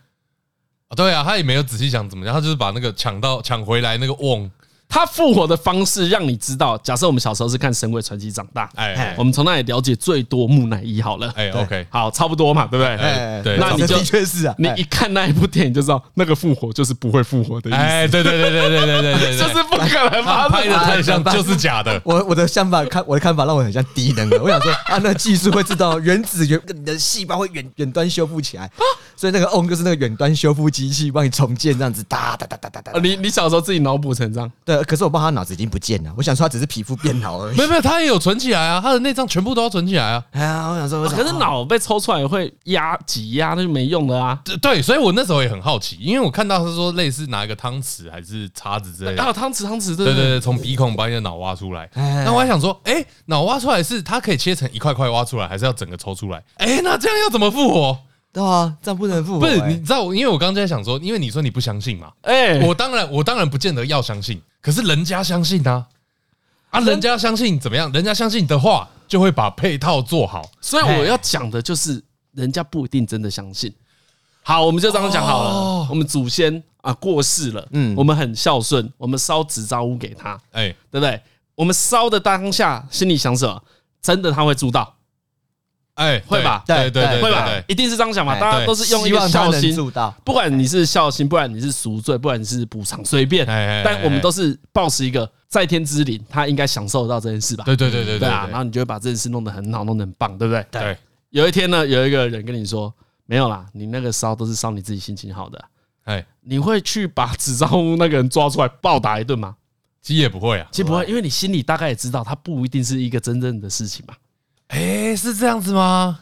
Speaker 2: 哦对啊，他也没有仔细想怎么样，他就是把那个抢到抢回来那个瓮，
Speaker 1: 它复活的方式让你知道，假设我们小时候是看《神鬼传奇》长大，
Speaker 2: 哎
Speaker 3: 哎
Speaker 2: 哎
Speaker 1: 我们从那里了解最多木乃伊好了，
Speaker 2: 哎，OK，
Speaker 1: 好，差不多嘛，对不对？
Speaker 3: 哎，
Speaker 2: 对
Speaker 1: 那你就
Speaker 3: 的确是啊，
Speaker 1: 你
Speaker 3: 哎
Speaker 1: 一看那一部电影就知道，那个复活就是不会复活的意思，
Speaker 2: 哎，对对对对对对对 对，
Speaker 1: 就是不可能发
Speaker 2: 他拍
Speaker 1: 生
Speaker 2: 的
Speaker 1: 的。
Speaker 2: 太像就是假的。
Speaker 3: 我我的想法看我的看法让我很像低能儿，我想说啊，那技术会知道原子原你的细胞会远远端修复起来，所以那个 on 就是那个远端修复机器帮你重建这样子，哒哒哒哒哒哒。
Speaker 1: 哦你你小时候自己脑补成这样，
Speaker 3: 对，可是我爸他脑子已经不见了，我想说他只是皮肤变好而已
Speaker 2: 没。有没有，他也有存起来啊，他的内脏全部都要存起来啊。
Speaker 3: 哎呀，我想说，我想
Speaker 1: 可是脑被抽出来会压挤压，那就没用了啊。
Speaker 2: 对对，所以我那时候也很好奇，因为我看到他说类似拿一个汤匙还是叉子之类
Speaker 1: 还
Speaker 2: 的，
Speaker 1: 有汤匙汤匙，对不
Speaker 2: 对对
Speaker 1: 啊对？
Speaker 2: 对，从鼻孔把你的脑挖出来。
Speaker 3: 哎
Speaker 2: 那我还想说，哎，脑挖出来是它可以切成一块块挖出来，还是要整个抽出来？ 哎，那这样要怎么复活？
Speaker 3: 对啊，这样不能复活、
Speaker 2: 不是，
Speaker 3: 哎
Speaker 2: 你知道，因为我刚才想说，因为你说你不相信嘛，
Speaker 1: 哎，
Speaker 2: 我当然我当然不见得要相信，可是人家相信啊，啊，人家相信怎么样？人家相信的话，就会把配套做好。
Speaker 1: 所以我要讲的就是，人家不一定真的相信。好，我们就这样讲好了
Speaker 2: 哦。
Speaker 1: 我们祖先啊过世了，嗯，我们很孝顺，我们烧纸扎屋给他，
Speaker 2: 哎，
Speaker 1: 对不对？我们烧的当下，心里想什么？真的他会做到，
Speaker 2: 哎，对
Speaker 1: 会吧
Speaker 2: 对对对，
Speaker 1: 会吧
Speaker 2: 对？
Speaker 1: 一定是这样想嘛？
Speaker 3: 哎
Speaker 1: 大家都是用一
Speaker 3: 希
Speaker 1: 个
Speaker 3: 望他
Speaker 1: 孝
Speaker 3: 能
Speaker 1: 心，
Speaker 3: 做到。
Speaker 1: 不管你是孝心，不管你是赎罪，不管你是补偿，随便
Speaker 2: 哎哎哎哎。
Speaker 1: 但我们都是抱持一个在天之灵，他应该享受得到这件事吧？
Speaker 2: 对对对对对
Speaker 1: 对啊，
Speaker 2: 对
Speaker 1: 然后你就会把这件事弄得很好，弄得很棒，对不对？
Speaker 2: 对，
Speaker 1: 有一天呢，有一个人跟你说，没有啦，你那个烧都是烧你自己心情好的，
Speaker 2: 哎，
Speaker 1: 你会去把纸张屋那个人抓出来暴打一顿吗？
Speaker 2: 鸡也不会啊。
Speaker 1: 其实不会，因为你心里大概也知道，它不一定是一个真正的事情嘛。
Speaker 2: 哎，是这样子吗？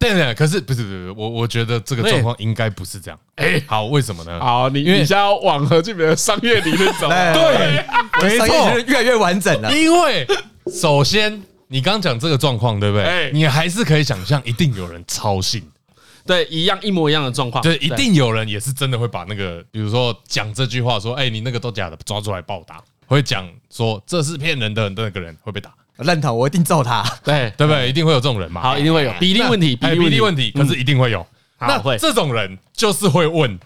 Speaker 2: 对对，可是不是不是，不是我我觉得这个状况应该不是这样。哎，好，为什么呢？
Speaker 1: 好，你
Speaker 2: 因为
Speaker 1: 你现在要往何俊明的商业理论走
Speaker 3: 哎
Speaker 2: 对，没
Speaker 3: 商业
Speaker 2: 错
Speaker 3: 理，论越来越完整了。
Speaker 2: 因为首先你刚讲这个状况，对不
Speaker 1: 哎
Speaker 2: 对？你还是可以想象，一定有人操心。
Speaker 1: 对，一样一模一样的状况，
Speaker 2: 对，一定有人也是真的会把那个，比如说讲这句话说，哎、你那个都假的，抓出来暴打，会讲说这是骗人的，那个人会被打，
Speaker 3: 我认同，我一定揍他。
Speaker 1: 对，
Speaker 2: 对不对？一定会有这种人嘛？
Speaker 1: 好，一定会有比例
Speaker 2: 那
Speaker 1: 问题，
Speaker 2: 哎比例问题，可是一定会有。
Speaker 1: 好
Speaker 2: 那
Speaker 1: 会
Speaker 2: 这种人就是会问，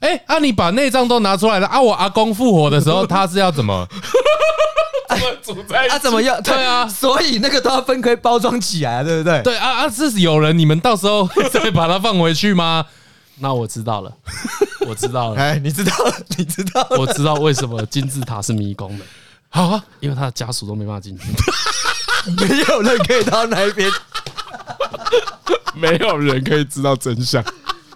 Speaker 2: 哎，啊，你把内脏都拿出来了啊，我阿公复活的时候他是要怎么？
Speaker 1: 组在
Speaker 3: 啊，怎么样？
Speaker 2: 对啊
Speaker 3: 所以那个都要分开包装起来，对不对？
Speaker 2: 对啊啊，是有人你们到时候会再把它放回去吗？
Speaker 1: 那我知道了，我知道了，
Speaker 3: 哎，你知道，你知道，
Speaker 1: 我知道为什么金字塔是迷宫的，
Speaker 2: 好啊，
Speaker 1: 因为他的家属都没办法 进去，
Speaker 3: 没有人可以到那边。
Speaker 1: 没有人可以知道真相。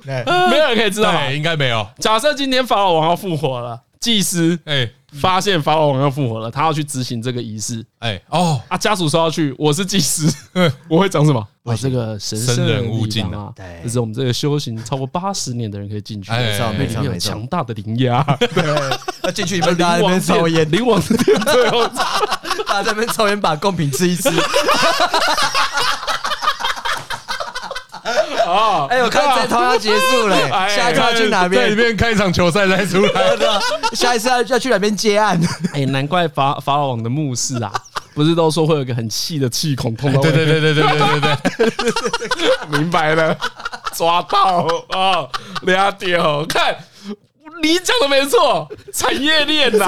Speaker 5: 对，
Speaker 1: 没有人可以知道吧。
Speaker 2: 对，应该没有。
Speaker 1: 假设今天法老王要复活了，祭司
Speaker 2: 哎
Speaker 1: 发现法老王要复活了，他要去执行这个仪式
Speaker 2: 哎哦，
Speaker 1: 啊，家属说要去，我是祭司， 我会讲什么？我这个神圣
Speaker 2: 生人
Speaker 1: 的
Speaker 2: 勿
Speaker 1: 地方
Speaker 2: 近
Speaker 1: 啊
Speaker 2: 啊，
Speaker 5: 对
Speaker 1: 这是我们这个修行超过八十年的人可以进去的。
Speaker 2: 哎
Speaker 3: 错
Speaker 1: 那
Speaker 3: 没
Speaker 1: 里
Speaker 3: 错
Speaker 1: 面有
Speaker 3: 没错
Speaker 1: 强大的灵 压，
Speaker 3: 要进去你们大家 在那边
Speaker 1: 王
Speaker 3: 抽烟，
Speaker 1: 灵王殿最后
Speaker 3: 大家在那边抽烟，把贡品吃一 吃。
Speaker 1: 啊，
Speaker 3: 哎，我 看这套要结束了，
Speaker 1: 哎
Speaker 3: 下一套要去哪
Speaker 2: 在里
Speaker 3: 边？
Speaker 2: 面开一场球赛再出 来。
Speaker 3: 下一次要要去哪边接案？
Speaker 1: 哎，难怪法法老王的墓室啊，不是都说会有一个很气的气孔通到
Speaker 2: 对
Speaker 1: 外面
Speaker 2: 对对对对对对对，
Speaker 1: 哎 明白了，抓到啊，俩屌，看你讲的没错，产业链呐、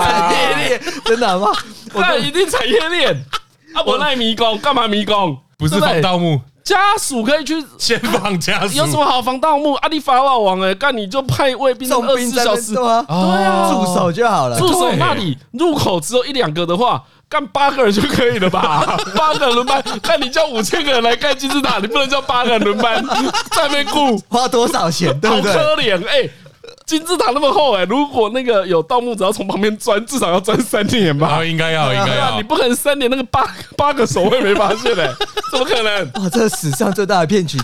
Speaker 3: 真的好不好？ 我
Speaker 1: 那一定产业链 啊！我赖迷宫，干嘛迷宫？
Speaker 2: 不是
Speaker 1: 对
Speaker 2: 防
Speaker 1: 对
Speaker 2: 盗墓，
Speaker 1: 家属可以去，
Speaker 2: 先放家属。
Speaker 1: 有什么好防盗墓？啊，你法老王哎、干你就派卫兵
Speaker 3: 重
Speaker 1: 二十
Speaker 3: 兵
Speaker 1: 四
Speaker 3: 在
Speaker 1: 小
Speaker 3: 那
Speaker 1: 时哦
Speaker 3: 边对吗？
Speaker 2: 对啊
Speaker 3: 驻守就好了。
Speaker 1: 驻守那里入口只有一两个的话，干八个人就可以了吧？八个人轮班，那你叫五千个人来盖金字塔，你不能叫八个人轮班在那边顾。
Speaker 3: 花多少钱，对
Speaker 1: 好
Speaker 3: 不对？
Speaker 1: 可怜哎、金字塔那么厚哎、如果那个有盗墓者要从旁边钻，至少要钻三年吧？
Speaker 2: 啊，应该要，应该
Speaker 1: 对啊，
Speaker 2: 要
Speaker 1: 你。不可能三年那个八 八个手会没发现哎、 怎么可能？
Speaker 3: 哇，这是史上最大的骗局！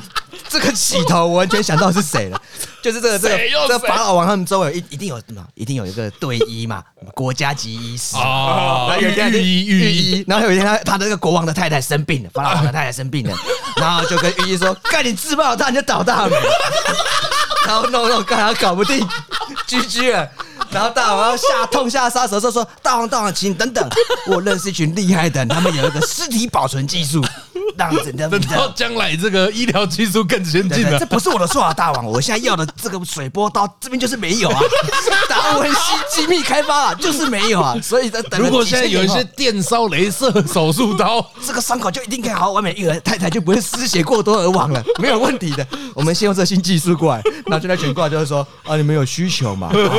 Speaker 3: 这个起头我完全想到是谁 了，就是这个这个
Speaker 1: 谁又谁
Speaker 3: 这个法老王他们周围有一一定有什么，一定有一个队医嘛，国家级医师。
Speaker 2: 啊，
Speaker 3: 然后有一天
Speaker 2: 御医御
Speaker 3: 御
Speaker 2: 医，
Speaker 3: 医，然后有一天他他的那个国王的太太生病了，法老王的太太生病了，然后就跟御医说：“干你自爆他，你就倒大霉。”然后弄弄干，他搞不定，居居了。然后大王要下痛下杀手，就说：“大王大王，请你等等，我认识一群厉害的人，他们有一个尸体保存技术，让整个
Speaker 2: 等到将来这个医疗技术更先
Speaker 3: 对
Speaker 2: 进
Speaker 3: 对，
Speaker 2: 了
Speaker 3: 这，不是我的错啊，大王！我现在要的这个水波刀这边就是没有啊，达文西机密开发啊，就是没有啊，所以在等了
Speaker 2: 如果
Speaker 3: 几
Speaker 2: 现
Speaker 3: 千
Speaker 2: 在有一
Speaker 3: 年后
Speaker 2: 些电烧、镭射、手术 刀，
Speaker 3: 这个伤口就一定可以好好完美愈合，太太就不会失血过多而亡了，没有问题的。我们先用这新技术过来，然后就在全挂就是说啊，你们有需求嘛？啊、是是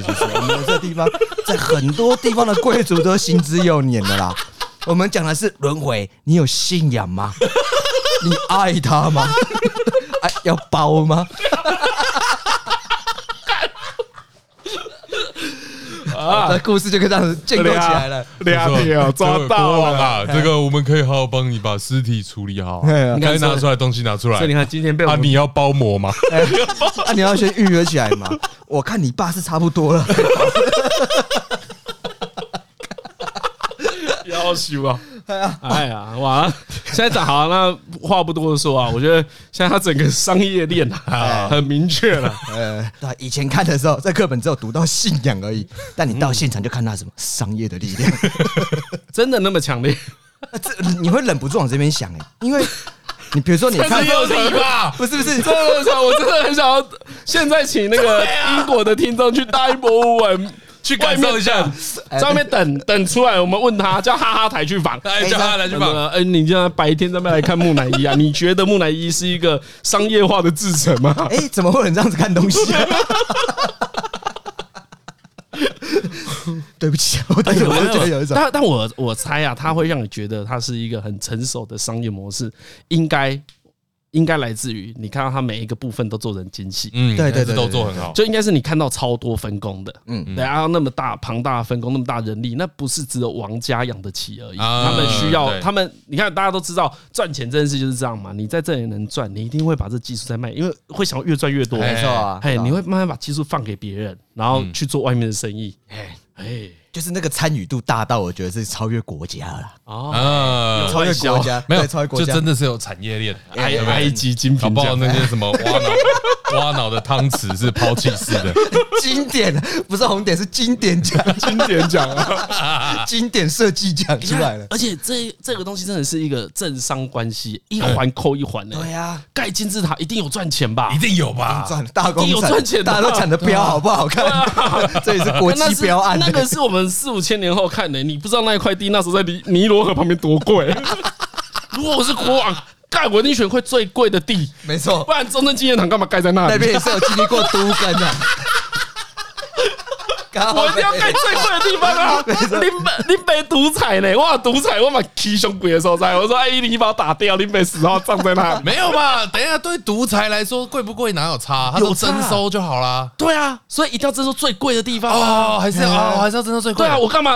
Speaker 3: 是是，我们这地方在很多地方的贵族都行之有年的啦。我们讲的是轮回，你有信仰吗？你爱他吗？哎，要包吗？ 啊，这故事就可以这样子
Speaker 1: 啊
Speaker 3: 建构起来了。
Speaker 1: 俩屌 啊抓到
Speaker 2: 了
Speaker 1: 了。
Speaker 2: 啊！这个我们可以好好帮你把尸体处理好啊，
Speaker 3: 你
Speaker 2: 该拿出来的东西拿出来
Speaker 1: 所以你看，今天被我
Speaker 2: 啊！
Speaker 1: 们
Speaker 2: 你要包 膜吗？
Speaker 3: 啊，你要先预约起来嘛。我看你爸是差不多了，
Speaker 1: 要求啊！哎呀，哇！现在讲好，那话不多说啊，我觉得现在他整个商业链啊，很明确了。
Speaker 3: 呃，对啊，以前看的时候，在课本只有读到信仰而已，但你到现场就看到什么商业的力量，
Speaker 1: 真的那么 强烈？
Speaker 3: 这你会忍不住往这边想哎、因为你比如说你看，
Speaker 2: 理吧？
Speaker 3: 不是不是
Speaker 1: 真，的很想，我真的很想要现在请那 个英国的听众去大英博物馆。去
Speaker 2: 啊感受一下
Speaker 3: 哎
Speaker 1: 在外面等等出来，我们问他叫哈哈台去访，
Speaker 2: 哎，叫他来去吧。
Speaker 1: 呃，哎，你这样白天在那来看木乃伊啊？你觉得木乃伊是一个商业化的制成吗？
Speaker 3: 哎、怎么会有人这样子看东西、啊？ 对不起，啊我
Speaker 1: 哎
Speaker 3: 但是我就觉得有一种，
Speaker 1: 但但我我猜啊，他会让你觉得它是一个很成熟的商业模式，应该应该来自于你看到它每一个部分都做成精细，
Speaker 2: 嗯，
Speaker 3: 对对对
Speaker 2: 还是都做很好。
Speaker 1: 就应该是你看到超多分工的，嗯
Speaker 3: 嗯，
Speaker 1: 对，然后那么大庞大的分工，那么大人力，那不是只有王家养得起而已，
Speaker 2: 啊
Speaker 1: 他们需要
Speaker 2: 对
Speaker 1: 他们，你看大家都知道赚钱这件事就是这样嘛，你在这里能赚，你一定会把这技术再卖，因为会想要越赚越多，
Speaker 2: 哎
Speaker 3: 没错啊，
Speaker 1: 哎，你会慢慢把技术放给别人，然后去做外面的生意，
Speaker 2: 嗯
Speaker 1: 哎哎。
Speaker 3: 就是那个参与度大到我觉得是超越国家了啦，
Speaker 1: 哦，
Speaker 2: 啊，
Speaker 3: 超越国家，
Speaker 2: 没有
Speaker 3: 对超越国
Speaker 2: 就
Speaker 3: 家，
Speaker 2: 真的是有产业链，
Speaker 1: 埃
Speaker 2: 对不对
Speaker 1: 埃及金
Speaker 2: 哎搞
Speaker 1: 瓶
Speaker 2: 不好
Speaker 1: 奖
Speaker 2: 那些什么挖脑挖脑的汤匙是抛弃式的，
Speaker 3: 经典，不是红点，是经 典奖，
Speaker 1: 经典奖啊！
Speaker 3: 经典设计奖出来了。
Speaker 1: 而且这这个东西真的是一个政商关系，一
Speaker 2: 哎
Speaker 1: 环扣一环的。欸
Speaker 3: 对
Speaker 2: 啊
Speaker 3: 呀，
Speaker 1: 盖金字塔一定有赚钱吧？
Speaker 2: 一定有吧？
Speaker 3: 赚大
Speaker 1: 一
Speaker 3: 工
Speaker 1: 定啊有
Speaker 3: 程，
Speaker 1: 赚钱的
Speaker 3: 大家都抢着标，好不好看？ 这也是国
Speaker 1: 那
Speaker 3: 际
Speaker 1: 是
Speaker 3: 标案
Speaker 1: 那个是我们四五千年后看的，你不知道那一块地那时候在尼尼罗河旁边多贵。 如果我是国王，盖我一定选块最贵的地，
Speaker 3: 没错
Speaker 1: 不，然中正纪念堂干嘛盖在那
Speaker 3: 那 边
Speaker 1: 里？
Speaker 3: 也是有经历过都根的。
Speaker 1: 我一定要 盖最贵的地方啊！林北林北独裁呢？哇，独裁！我把踢胸鬼的时候在，我说哎，你把我打掉，林北十号葬在那。
Speaker 2: 没有吧？等一下，对独裁来说，贵不贵哪有差、他
Speaker 1: 有
Speaker 2: 都
Speaker 1: 差
Speaker 2: 征收就好啦。
Speaker 1: 对啊，所以一定要征收最贵的地方啊！
Speaker 2: 哦，还是要哦，还是要征收最贵
Speaker 1: 对
Speaker 2: 的。
Speaker 1: 啊，我干嘛？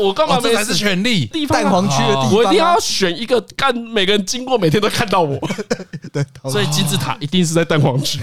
Speaker 1: 我干嘛
Speaker 2: 哦，
Speaker 1: 没
Speaker 2: 这才
Speaker 1: 死
Speaker 2: 是权利。
Speaker 1: 地方啊
Speaker 3: 蛋黄区的地方啊，
Speaker 1: 我一定要选一个，干每个人经过每天都看到我，
Speaker 3: 对，
Speaker 1: 所以金字塔一定是在蛋黄 区，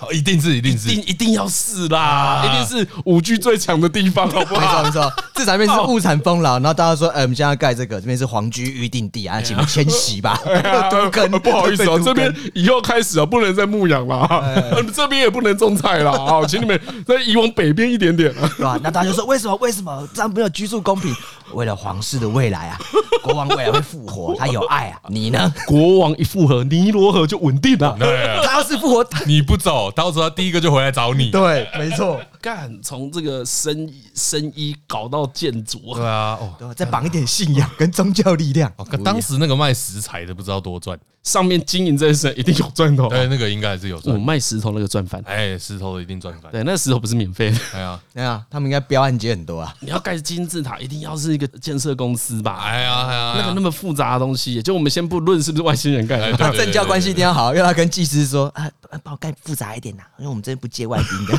Speaker 2: 哦一定是，一定
Speaker 1: 一定一定要是
Speaker 3: 啊
Speaker 1: 啦，一定是五 G 最强的地方，好不
Speaker 3: 没
Speaker 1: 好？
Speaker 3: 错没错，这咱边是物产丰饶，然后大家说，哎，我们现在要盖这个，这边是皇居预定地啊，请迁徙吧， 都跟
Speaker 1: 哎不好意思哦，这边
Speaker 3: 都跟哎
Speaker 1: 以后开始啊，不能再牧羊了啊， 这边也不能种菜 了啊，请你们再移往北边一点点啊。
Speaker 3: 对吧？那大家就说，为什么为什么这样没有居住公平？为了皇室的未来啊，国王未来会复活，他有爱啊，你呢？
Speaker 1: 国王一复合，尼罗河就稳定了。
Speaker 2: 对啊，
Speaker 3: 他要是复活，
Speaker 2: 你不走，到时候他第一个就回来找你。
Speaker 3: 对，没错，
Speaker 1: 干，从这个生意生意搞到建筑，
Speaker 2: 对啊，哦，
Speaker 3: 对吧，再绑一点信仰跟宗教力量
Speaker 2: 哦，跟当时那个卖食材的不知道多赚，
Speaker 1: 上面经营这一生一定有赚头。
Speaker 2: 对，那个应该还是有
Speaker 1: 我
Speaker 2: 赚。
Speaker 1: 卖石头那个赚翻，
Speaker 2: 哎，石头的一定赚翻。
Speaker 1: 对，那石头不是免费的。
Speaker 2: 哎呀，
Speaker 3: 对啊，他们应该标案接很多啊，
Speaker 1: 你要盖金字塔，一定要是一个建设公司吧？
Speaker 2: 哎呀，哎呀，
Speaker 1: 那个那么复杂的东西，就我们先不论是不是外星人盖
Speaker 2: 哎
Speaker 1: 的
Speaker 2: 对，对对
Speaker 3: 政教关系一定要好，因为他跟祭司说啊，帮我盖复杂一点呐、因为我们这边不接外宾 的。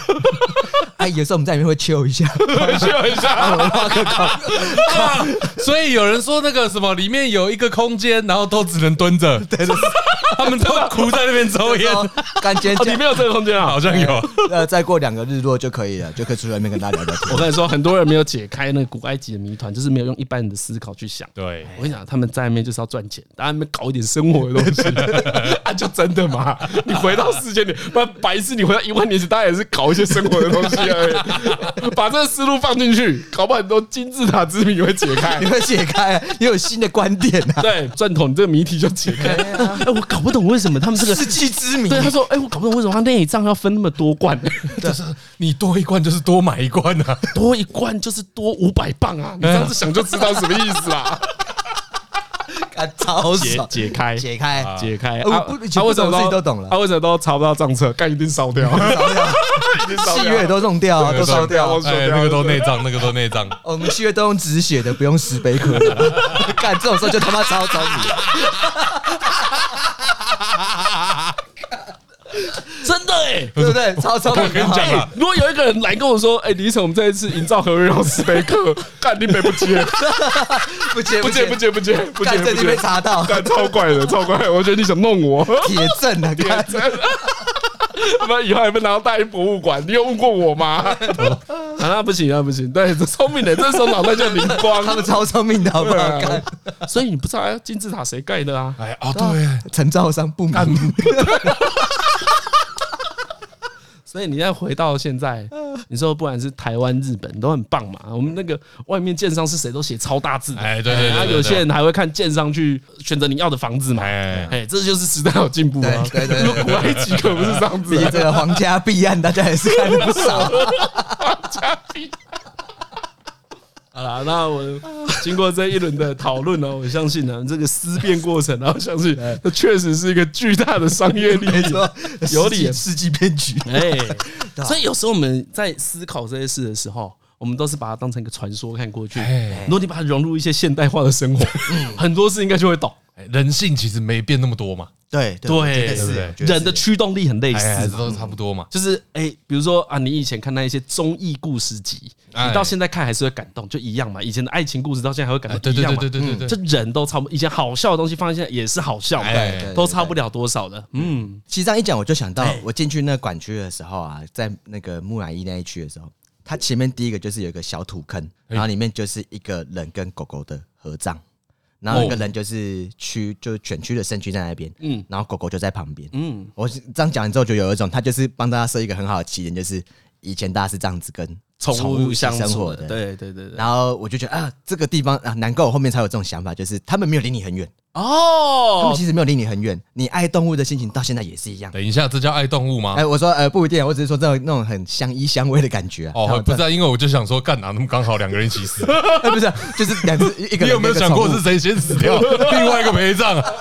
Speaker 3: 哎，有时候我们在里面会秋一下，
Speaker 1: 秀一下。
Speaker 2: 啊所以有人说那个什么，里面有一个空间，然后都只能蹲 着，他们都哭在那边抽烟，
Speaker 3: 说干尖
Speaker 1: 哦，你没有这个空间啊
Speaker 2: 好！像有。
Speaker 3: 呃，再过两个日落就可以了，就可以出来外面跟大家聊聊天。
Speaker 1: 我跟你说，很多人没有解开那个古埃及的谜团，就是没有用一般人的思考去想。
Speaker 2: 对，
Speaker 3: 哎
Speaker 1: 我跟你讲，他们在那边就是要赚钱，在那边搞一点生活的东 西，啊，就真的嘛！你回到世界里，不然白痴，你回到一万年前，大家也是搞一些生活的东西而已。 把这个思路放进去，搞不好很多金字塔之谜会解开
Speaker 3: 你。会解开，你有新的观点 啊！
Speaker 1: 对，钻头，你这个谜题就解 开。哎，我搞不懂为什么他们这个
Speaker 3: 世纪啊之谜，啊
Speaker 1: 对，他说：“哎、我搞不懂为什么他内脏要分那么多 罐，
Speaker 2: 就是你多一罐就是多买一罐 啊。
Speaker 1: 多一罐就是多五百磅啊！
Speaker 3: 嗯
Speaker 1: 你这样子想就知道什么意思啦。
Speaker 3: 干超
Speaker 1: 解
Speaker 3: 爽，
Speaker 1: 解开，
Speaker 3: 解开，
Speaker 1: 解开，
Speaker 3: 呃
Speaker 1: 啊
Speaker 3: 我不以
Speaker 1: 啊
Speaker 3: 前
Speaker 1: 为
Speaker 3: 不
Speaker 1: 什
Speaker 3: 懂
Speaker 1: 么
Speaker 3: 的事情都懂了
Speaker 1: 他为什么都查不到账册？干一定烧 掉， 一定烧
Speaker 3: 契
Speaker 1: 掉
Speaker 3: 约。都弄掉啊，都烧掉啊。
Speaker 2: 哎，那个都内脏，那个都内脏。
Speaker 3: 我们契约都用纸写的，不用石碑刻的。 干这种时候就他妈超 聪明。
Speaker 1: 真的哎、
Speaker 3: 对不对？超超
Speaker 2: 我跟你讲
Speaker 1: 哎
Speaker 2: 啊，
Speaker 1: 如果有一个人来跟我说：“哎、李晨，我们这一次营造合约用斯杯克，干你北不接，
Speaker 3: 不接
Speaker 1: 不接，不，接，不接，不接，
Speaker 3: 干这
Speaker 1: 不
Speaker 3: 就被
Speaker 1: 接，
Speaker 3: 查到
Speaker 1: 干超怪的，超怪的！我觉得你想弄我。”
Speaker 3: 铁证啊！干
Speaker 1: 他妈以后还被拿到大英博物馆，你有问过我吗？啊，那不行，那不行，对，这聪明的，这时候脑袋就灵光。
Speaker 3: 他们超聪明的，好不好？
Speaker 1: 对啊
Speaker 3: 干
Speaker 1: 所以你不知道金字塔谁盖的啊？
Speaker 2: 哎，哦，对，
Speaker 3: 陈兆商不明，
Speaker 1: 所以你再回到现在，你说不管是台湾、日本都很棒嘛。我们那个外面建商是谁都写超大字的，
Speaker 2: 哎对对对
Speaker 1: 然后
Speaker 2: 对对
Speaker 1: 有些人还会看建商去选择你要的房子嘛。
Speaker 2: 哎
Speaker 1: 哎，这就是时代有进步啊！
Speaker 3: 对对对对对
Speaker 1: 古埃及可不是这样子
Speaker 3: 毕
Speaker 1: 啊
Speaker 3: 竟，这个皇家弊案，大家也是看了不 少。
Speaker 1: 好啦，那 我
Speaker 2: 啊
Speaker 1: 经过这一轮的讨论哦呢，我相信呢、 这个思辨过程啊，我相 信这确实是一个巨大的商业利
Speaker 3: 没
Speaker 1: 益。
Speaker 3: 错，
Speaker 1: 有理
Speaker 3: 世纪骗局。
Speaker 1: 哎，
Speaker 2: 啊
Speaker 1: 所以有时候我们在思考这些事的时候，我们都是把它当成一个传说看过去。
Speaker 2: 哎嗯
Speaker 1: 如果你把它融入一些现代化的生活， 很多事应该就会懂。
Speaker 2: 哎人性其实没变那么多嘛，
Speaker 3: 对
Speaker 1: 对，
Speaker 2: 对对
Speaker 3: 对
Speaker 1: 人的驱动力很类
Speaker 2: 哎，还
Speaker 1: 似
Speaker 2: 是。都差不多嘛。
Speaker 1: 就是哎、比如说啊，你以前看那一些综艺故事集，你
Speaker 2: 哎
Speaker 1: 到现在看还是会感动，就一样嘛。以前的爱情故事到现在还会感
Speaker 3: 嗯
Speaker 2: 哎，
Speaker 1: 动，
Speaker 2: 对
Speaker 1: 一
Speaker 2: 对
Speaker 1: 样
Speaker 2: 对
Speaker 1: 嘛
Speaker 2: 对。对对
Speaker 1: 这
Speaker 2: 对，
Speaker 1: 人都差不多，以前好笑的东西放在现在也是好笑
Speaker 2: 哎
Speaker 1: 的，
Speaker 2: 对
Speaker 1: 都差不。了多少的。嗯，
Speaker 3: 其实这样一讲，我就想到
Speaker 1: 哎
Speaker 3: 我进去那个管区的时候啊，在那个木乃伊那一区的时候，它前面第一个就是有一个小土坑，然后里面就是一个人跟狗狗的合葬，然后那个人就是区就是犬区的身躯在那边，嗯，然后狗狗就在旁边，嗯，我是这样讲之后就有一种，他就是帮大家设一个很好的起点，就是以前大家是这样子跟
Speaker 1: 宠
Speaker 3: 物一起
Speaker 1: 相
Speaker 3: 生
Speaker 1: 处
Speaker 3: 活的，
Speaker 1: 对对对对。
Speaker 3: 然后我就觉得啊，这个地方啊，难怪我后面才有这种想法，就是他们没有离你很远，他们
Speaker 1: 哦，
Speaker 3: 其实没有离你很远。你爱动物的心情到现在也是一样。
Speaker 2: 等一下，这叫爱动物吗
Speaker 3: 哎、？我说呃不一定，我只是说这种那种很相依相偎的感觉啊。他
Speaker 2: 哦，
Speaker 3: 们
Speaker 2: 不知道，因为我就想说，干哪那么刚好两个人一起死？
Speaker 3: 哎不是，就是 两只 一个人
Speaker 2: 你有没有想过是谁先 死掉，另外一个陪葬啊？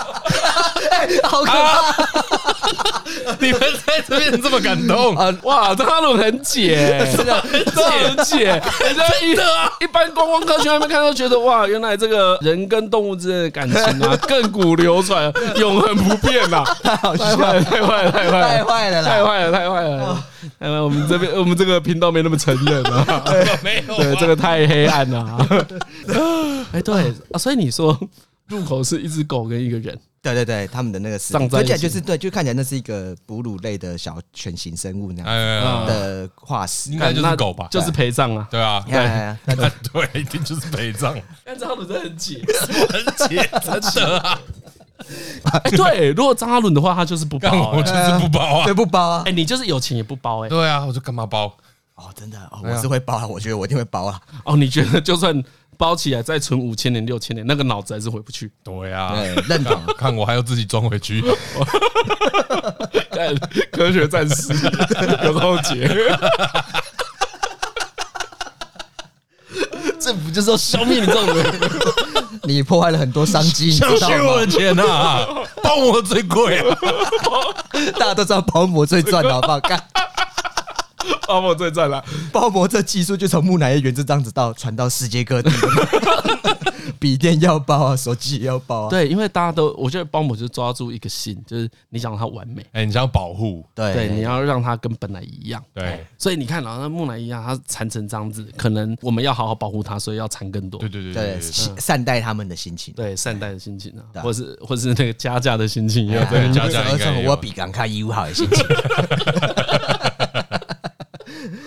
Speaker 3: 哎、好可怕！
Speaker 2: 你们在这边这么感动
Speaker 3: 啊
Speaker 1: 哇，大陆很解，真的很解，人家一一般观光客去那边看都觉得哇，原来这个人跟动物之间的感情啊，亘古流传，啊永恒不变呐！
Speaker 3: 太好
Speaker 1: 太
Speaker 3: 笑
Speaker 1: 坏了，
Speaker 3: 了，
Speaker 1: 太坏了，太坏了，
Speaker 3: 太坏了
Speaker 1: 太
Speaker 3: 啦！
Speaker 1: 坏了，太坏了！哎，我们这边我们这个频道没那么承认啊，
Speaker 2: 没有
Speaker 1: 对，
Speaker 2: 啊
Speaker 1: 这个太黑暗了啊。 哎，对啊，所以你说入口是一只狗跟一个人，
Speaker 3: 对对对，他们的那个是，
Speaker 1: 葬在
Speaker 3: 而
Speaker 1: 一起
Speaker 3: 且就是对，就看起来那是一个哺乳类的小犬型生物那样
Speaker 2: 哎呀，
Speaker 3: 的化石
Speaker 2: 应。该就是狗吧？
Speaker 1: 就是陪葬啊。
Speaker 2: 对 啊，
Speaker 3: 哎哎哎那
Speaker 2: 啊 对，一定就是陪 葬，
Speaker 1: 但张翰伦真的很解，
Speaker 2: 很解真的啊，
Speaker 1: 哎，对，如果张翰伦的话，他就是不
Speaker 2: 干
Speaker 1: 包欸。
Speaker 2: 我就是不包啊
Speaker 3: 对，。不包啊
Speaker 1: 哎，！你就是有钱也不包哎。
Speaker 2: 对啊，我就干嘛包？
Speaker 3: 哦，真的，
Speaker 2: 哎
Speaker 3: 哦我是会包啊，我觉得我一定会包啊。
Speaker 1: 哦，你觉得就算包起来再存五千年、六千年，那个脑子还是回不去？
Speaker 2: 对啊，
Speaker 3: 对认同
Speaker 2: 看看我还要自己装回去。
Speaker 1: 干科学战士 有够解，政府就是要消灭你这种人。
Speaker 3: 你破坏了很多商机，你
Speaker 2: 相
Speaker 3: 知道
Speaker 2: 信我的
Speaker 3: 吗？
Speaker 2: 钱啊，包我最贵啊！
Speaker 3: 大家都知道包膜最赚的，好不好？干
Speaker 1: 包我最赞了，
Speaker 3: 包膜这技术就从木乃伊原制这样子到传到世界各地， 笔电要包啊，手机也要包 啊。
Speaker 1: 对，因为大家都，我觉得包姆就抓住一个心，就是你想让它完美，
Speaker 2: 哎，你想保护？
Speaker 1: 对，你要让它跟本来一样。
Speaker 2: 对
Speaker 1: 所以你看，然后那木乃伊啊，它残成这样子，可能我们要好好保护它，所以要残更多
Speaker 2: 对。对对
Speaker 3: 对，善待他们的心情。
Speaker 1: 对，善待的心情啊，
Speaker 3: 对啊
Speaker 1: 或是或是那个加价的心情也有在
Speaker 3: 啊
Speaker 1: 里面。
Speaker 2: 加价应该
Speaker 3: 算
Speaker 2: 也有
Speaker 3: 我比刚开义乌好的心情。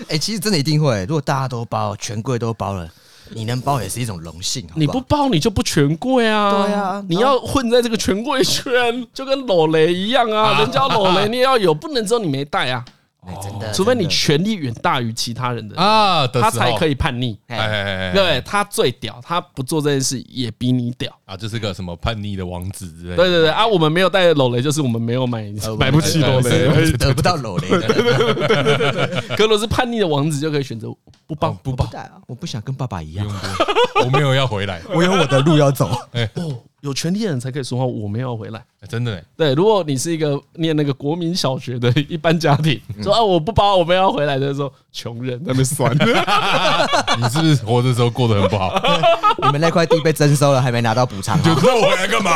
Speaker 3: 哎、其实真的一定会，如果大家都包，全柜都包了，你能包也是一种荣幸，好
Speaker 1: 你
Speaker 3: 不
Speaker 1: 不
Speaker 3: 好？
Speaker 1: 包你就不权贵啊！
Speaker 3: 对啊
Speaker 1: 你要混在这个权贵圈，就跟裸雷一样啊！人家裸雷你也要有，不能只有你没带啊！
Speaker 3: 哎真的，
Speaker 1: 除非你
Speaker 3: 真的
Speaker 1: 权力远大于其他人的，
Speaker 2: 啊的
Speaker 1: 他
Speaker 2: 时候
Speaker 1: 才可。以叛逆。
Speaker 2: 哎哎哎哎，
Speaker 1: 对不对，他最屌，他不做这件事也比你屌。
Speaker 2: 啊，就是个什么叛逆的王子之类的。
Speaker 1: 对对对啊，我们没有带裸雷，就是我们没有买买不起裸雷 而已。
Speaker 3: 得不到裸雷的，
Speaker 1: 格罗斯叛逆的王子就可以选择不
Speaker 2: 哦
Speaker 1: 包不包。
Speaker 3: 我不想跟爸爸一样，
Speaker 2: 我没有要回来，
Speaker 3: 我有我的路要走。
Speaker 1: 哦，有权利的人才可以说话，我没有回来。
Speaker 2: 哎真的欸。
Speaker 1: 对，如果你是一个念那个国民小学的一般家庭，说啊我不包，我们要回来的时候，穷人在那边酸，
Speaker 2: 你是不是活的时候过得很不 好？
Speaker 3: 你们那块地被征收了，还没拿到补偿、
Speaker 2: 就
Speaker 3: 啊，
Speaker 2: 那我来干嘛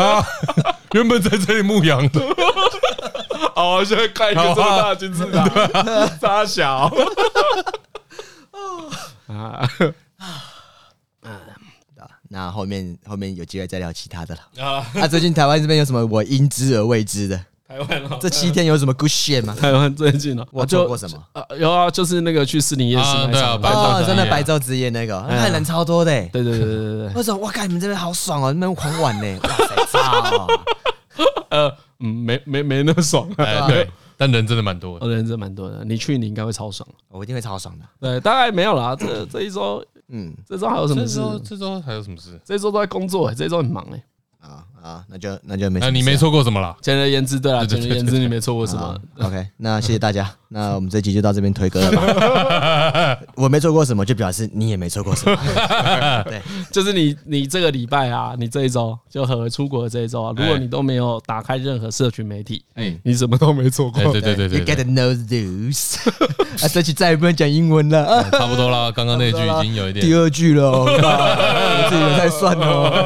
Speaker 2: 啊？原本在这里牧羊的，
Speaker 1: 好、啊，现在看一个这么大的金字塔，大小 啊，
Speaker 3: 那后面后面有机会再聊其他的了。
Speaker 1: 啊
Speaker 3: 那、最近台湾这边有什么我因之而未知的？
Speaker 1: 台湾哦，
Speaker 3: 这七天有什么 good shit 吗？
Speaker 1: 台湾最近哦，
Speaker 3: 我
Speaker 1: 啊就
Speaker 3: 做过什么？
Speaker 1: 呃有啊，就是那个去士林夜市
Speaker 2: 啊
Speaker 1: 那
Speaker 2: 对啊
Speaker 1: 场
Speaker 2: 白
Speaker 1: 嘛
Speaker 2: 昼
Speaker 3: 哦，真
Speaker 2: 之
Speaker 3: 的
Speaker 2: 夜
Speaker 3: 白昼之夜那个，那人超多的、欸。
Speaker 1: 对对对对对对，
Speaker 3: 我说哇，看你们这边好爽哦，你们狂玩 呢，哇塞，操！
Speaker 1: 呃嗯，没没没那么爽、啊
Speaker 2: 哎，对，但人真的蛮多的。
Speaker 1: 我的哦人真蛮多的，你去你应该会超爽。
Speaker 3: 我一定会超爽的。
Speaker 1: 对，大概没有啦，这这一周，
Speaker 3: 嗯
Speaker 1: 这周还有什么
Speaker 2: 这
Speaker 1: 事？
Speaker 2: 周这周还有什么事？
Speaker 1: 这周都在工作、欸，这周很忙哎、欸。
Speaker 3: 啊啊，那就那就没什么事啊、
Speaker 2: 那哎你没错过什么啦？
Speaker 1: 简而言之，对啦，
Speaker 2: 对
Speaker 1: 简而
Speaker 2: 对对
Speaker 1: 言之，你没错过什么
Speaker 3: 啊。？OK，那谢谢大家，那我们这集就到这边推歌了吧。 我没做过什么，就表示你也没做过什么。对，
Speaker 1: 就是你你这个礼拜啊，你这一周就和出国的这一周啊，如果
Speaker 2: 哎
Speaker 1: 你都没有打开任何社群媒体，哎，你什么都没做过
Speaker 2: 哎，。 对对对对
Speaker 3: ，You get
Speaker 2: 对，
Speaker 3: no lose。啊，这期再也不能讲英文 了，啊、
Speaker 2: 差不多啦。刚刚那句已经有一
Speaker 3: 第
Speaker 2: 点，
Speaker 3: 二句了、哦，靠我自己人在算哦。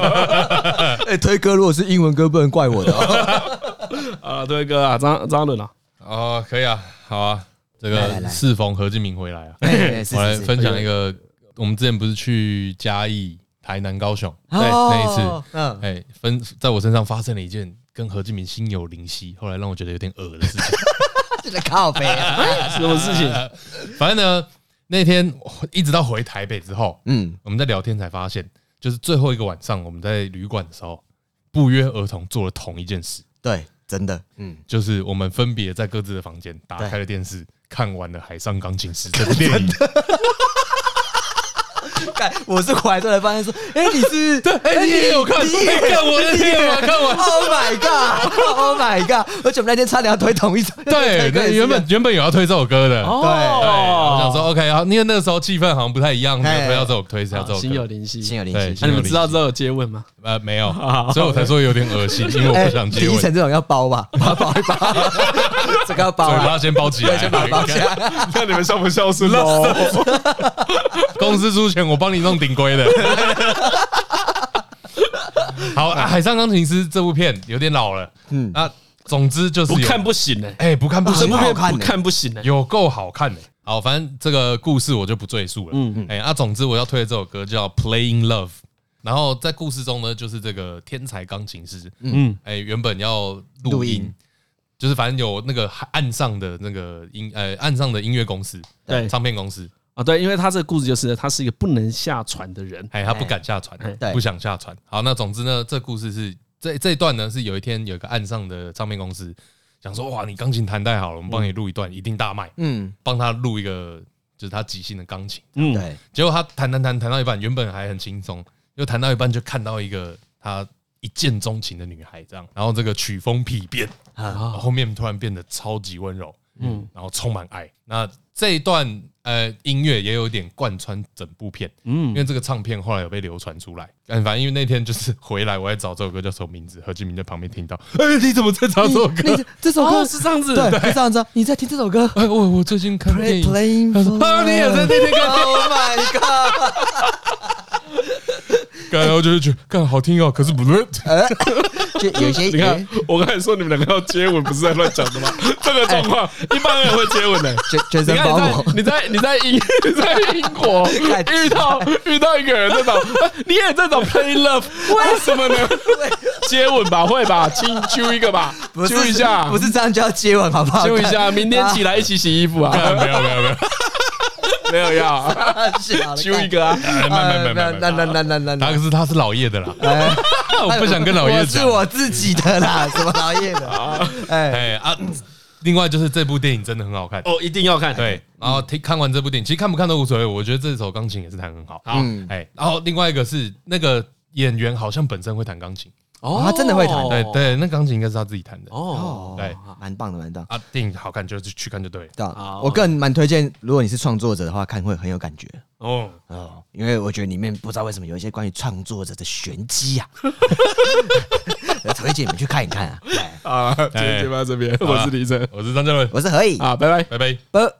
Speaker 3: 哎、推歌如果是英文歌，不能怪我的、哦。
Speaker 1: 啊，对哥啊，张张伦啊，
Speaker 2: 哦，可以啊，好啊。这
Speaker 3: 来来
Speaker 2: 个
Speaker 3: 来
Speaker 2: 适逢何志明回来啊，
Speaker 3: 哎是是
Speaker 2: 我来
Speaker 3: 是
Speaker 2: 分享一个，我们之前不是去嘉义、台南、高雄，
Speaker 3: 对
Speaker 2: 那一次，
Speaker 3: 嗯，
Speaker 2: 哎，分在我身上发生了一件跟何志明心有灵犀，后来让我觉得有点恶的事情。
Speaker 3: 这个靠背、 啊，
Speaker 1: 什么事 情？
Speaker 2: 反正呢，那天一直到回台北之后，
Speaker 3: 嗯，
Speaker 2: 我们在聊天才发现，就是最后一个晚上我们在旅馆的时候，不约而同做了同一件事，
Speaker 3: 对，真的，嗯。
Speaker 2: 就是我们分别在各自的房间打开 了电视，看完了《海上钢琴师》这部电影。
Speaker 3: 干，我是回来之后才发现说，哎，你 是对，
Speaker 2: 哎，你也有看？
Speaker 3: 你也
Speaker 2: 哎看我的天啊，看我。
Speaker 3: Oh my god! Oh my god! 而且我们那天差点要推同一首，
Speaker 2: 对，那原本原本有要推这首歌的，
Speaker 1: 哦
Speaker 3: 哦
Speaker 2: 对，我想说 OK 啊，因为那个时候气氛好像不太一样，没有推到这首推到
Speaker 1: 好
Speaker 2: 这首
Speaker 1: 心有
Speaker 2: 歌，
Speaker 1: 灵犀，啊
Speaker 3: 心有灵
Speaker 2: 对，
Speaker 3: 犀。
Speaker 1: 那、你们知道之后有接吻吗？
Speaker 2: 呃 没有，所以我才说有点恶心，因为我
Speaker 3: 哎
Speaker 2: 不想接
Speaker 3: 李依
Speaker 2: 吻，
Speaker 3: 晨
Speaker 2: 嘴
Speaker 3: 这种要包吧，把它包一包， 这个要包啊
Speaker 2: 巴，先包起来，
Speaker 3: 先把它包起来。
Speaker 1: 看你们孝不孝顺喽？
Speaker 2: 公司出钱，我帮你弄顶规 的。好，啊《海上钢琴师》这部片有点老了，嗯，啊，总之就是
Speaker 1: 不
Speaker 2: 有
Speaker 1: 看，不行哎、
Speaker 2: 哎，不看不
Speaker 1: 这
Speaker 2: 行
Speaker 1: 部片
Speaker 3: 很，好看
Speaker 1: 不
Speaker 3: 欸
Speaker 1: 看不行哎、
Speaker 2: 有够好看的。好，反正这个故事我就不赘述了。嗯嗯，哎，啊，总之我要推的这首歌叫《Playing Love》，然后在故事中呢，就是这个天才钢琴师，嗯，哎，原本要录
Speaker 3: 录
Speaker 2: 音
Speaker 3: 音。
Speaker 2: 就是反正有那个岸上的那个音，呃，岸上的音乐公司，
Speaker 1: 对
Speaker 2: 唱片公司，
Speaker 1: 啊，对，因为他这个故事就是他是一个不能下船的人，
Speaker 2: 哎，他不敢下船，
Speaker 3: 对
Speaker 2: 不想下船。好，那总之呢，这故事是这这一段呢，是有一天有一个岸上的唱片公司想说，哇，你钢琴弹太好了，我们帮你录一段，一定大卖，
Speaker 3: 嗯，
Speaker 2: 帮他录一个就是他即兴的钢琴。
Speaker 1: 嗯，
Speaker 3: 对，
Speaker 2: 结果他弹弹弹弹到一半，原本还很轻松，又弹到一半就看到一个他一见钟情的女孩，这样，然后这个曲风丕变，
Speaker 1: 哦
Speaker 3: 啊
Speaker 2: 后面突然变得超级温柔，嗯，然后充满爱。那这一段呃音乐也有点贯穿整部片，嗯，因为这个唱片后来有被流传出来，但反正因为那天就是回来我在找这首歌叫什么名字，何俊明在旁边听到，哎、你怎么在找这首歌？
Speaker 3: 你这首歌
Speaker 1: 哦，是这样子，
Speaker 3: 对，是这样子啊，你在听这首歌。
Speaker 2: 哎，我我最近看电
Speaker 3: Play
Speaker 2: 影，
Speaker 3: playing
Speaker 2: 他说
Speaker 3: for
Speaker 2: 啊，你也在那天看
Speaker 3: Oh my god！
Speaker 2: 干，然后就是觉得干好听哦，可是不 对。
Speaker 3: 呃就有一些哎
Speaker 1: 你看，我刚才说你们两个要接吻，不是在乱讲 的吗？这个状况，一般人会接吻的、
Speaker 3: 全全身
Speaker 1: 哎你
Speaker 3: 包
Speaker 1: 看
Speaker 3: 裹，
Speaker 1: 你在你在你在英你在英国
Speaker 3: 看
Speaker 1: 遇到遇到一个人在找，啊你也在找 play love，为什么呢？接吻吧，会吧，亲揪一个吧，
Speaker 3: 不
Speaker 1: 揪
Speaker 3: 是
Speaker 1: 一下
Speaker 3: 不，是这样就要接吻好不好？
Speaker 1: 揪一下，明天起来一起洗衣服啊，
Speaker 2: 没有没有没有，
Speaker 1: 没有要
Speaker 3: 来
Speaker 1: 揪一个啊，
Speaker 2: 没没没没没
Speaker 3: 哎那那那那那
Speaker 2: 他
Speaker 3: 那，
Speaker 2: 可是他是老叶的啦，
Speaker 3: 哎
Speaker 2: 我不想跟老叶
Speaker 3: 我是
Speaker 2: 讲。
Speaker 3: 我自己 的啦，什么老叶的？哎，
Speaker 2: 哎啊，另外就是这部电影真的很好看，
Speaker 1: 哦，一定要看，
Speaker 2: 对。然
Speaker 3: 嗯
Speaker 2: 后听看完这部电影，其实看不看都无所谓，我觉得这首钢琴也是弹很好。
Speaker 1: 好
Speaker 3: 嗯
Speaker 2: 哎，然后另外一个是那个演员好像本身会弹钢琴，
Speaker 1: 哦
Speaker 3: 他真的会弹
Speaker 2: 对，对，那钢琴应该是他自己弹的。
Speaker 1: 哦，
Speaker 2: 对
Speaker 3: 蛮棒的，蛮棒。
Speaker 2: 啊，电影好看就去去看就对了。
Speaker 3: 对
Speaker 1: 好
Speaker 3: 啊，我个人蛮推荐，如果你是创作者的话，看会很有感觉
Speaker 1: 哦，
Speaker 3: 哦，因为我觉得里面不知道为什么有一些关于创作者的玄机 啊， 推荐你们去看一看啊。对
Speaker 1: 啊，今天节目到这边，我是李晨，
Speaker 2: 我是张嘉伦，
Speaker 3: 我是何以，
Speaker 1: 啊，拜拜。
Speaker 2: 拜拜。
Speaker 3: 不。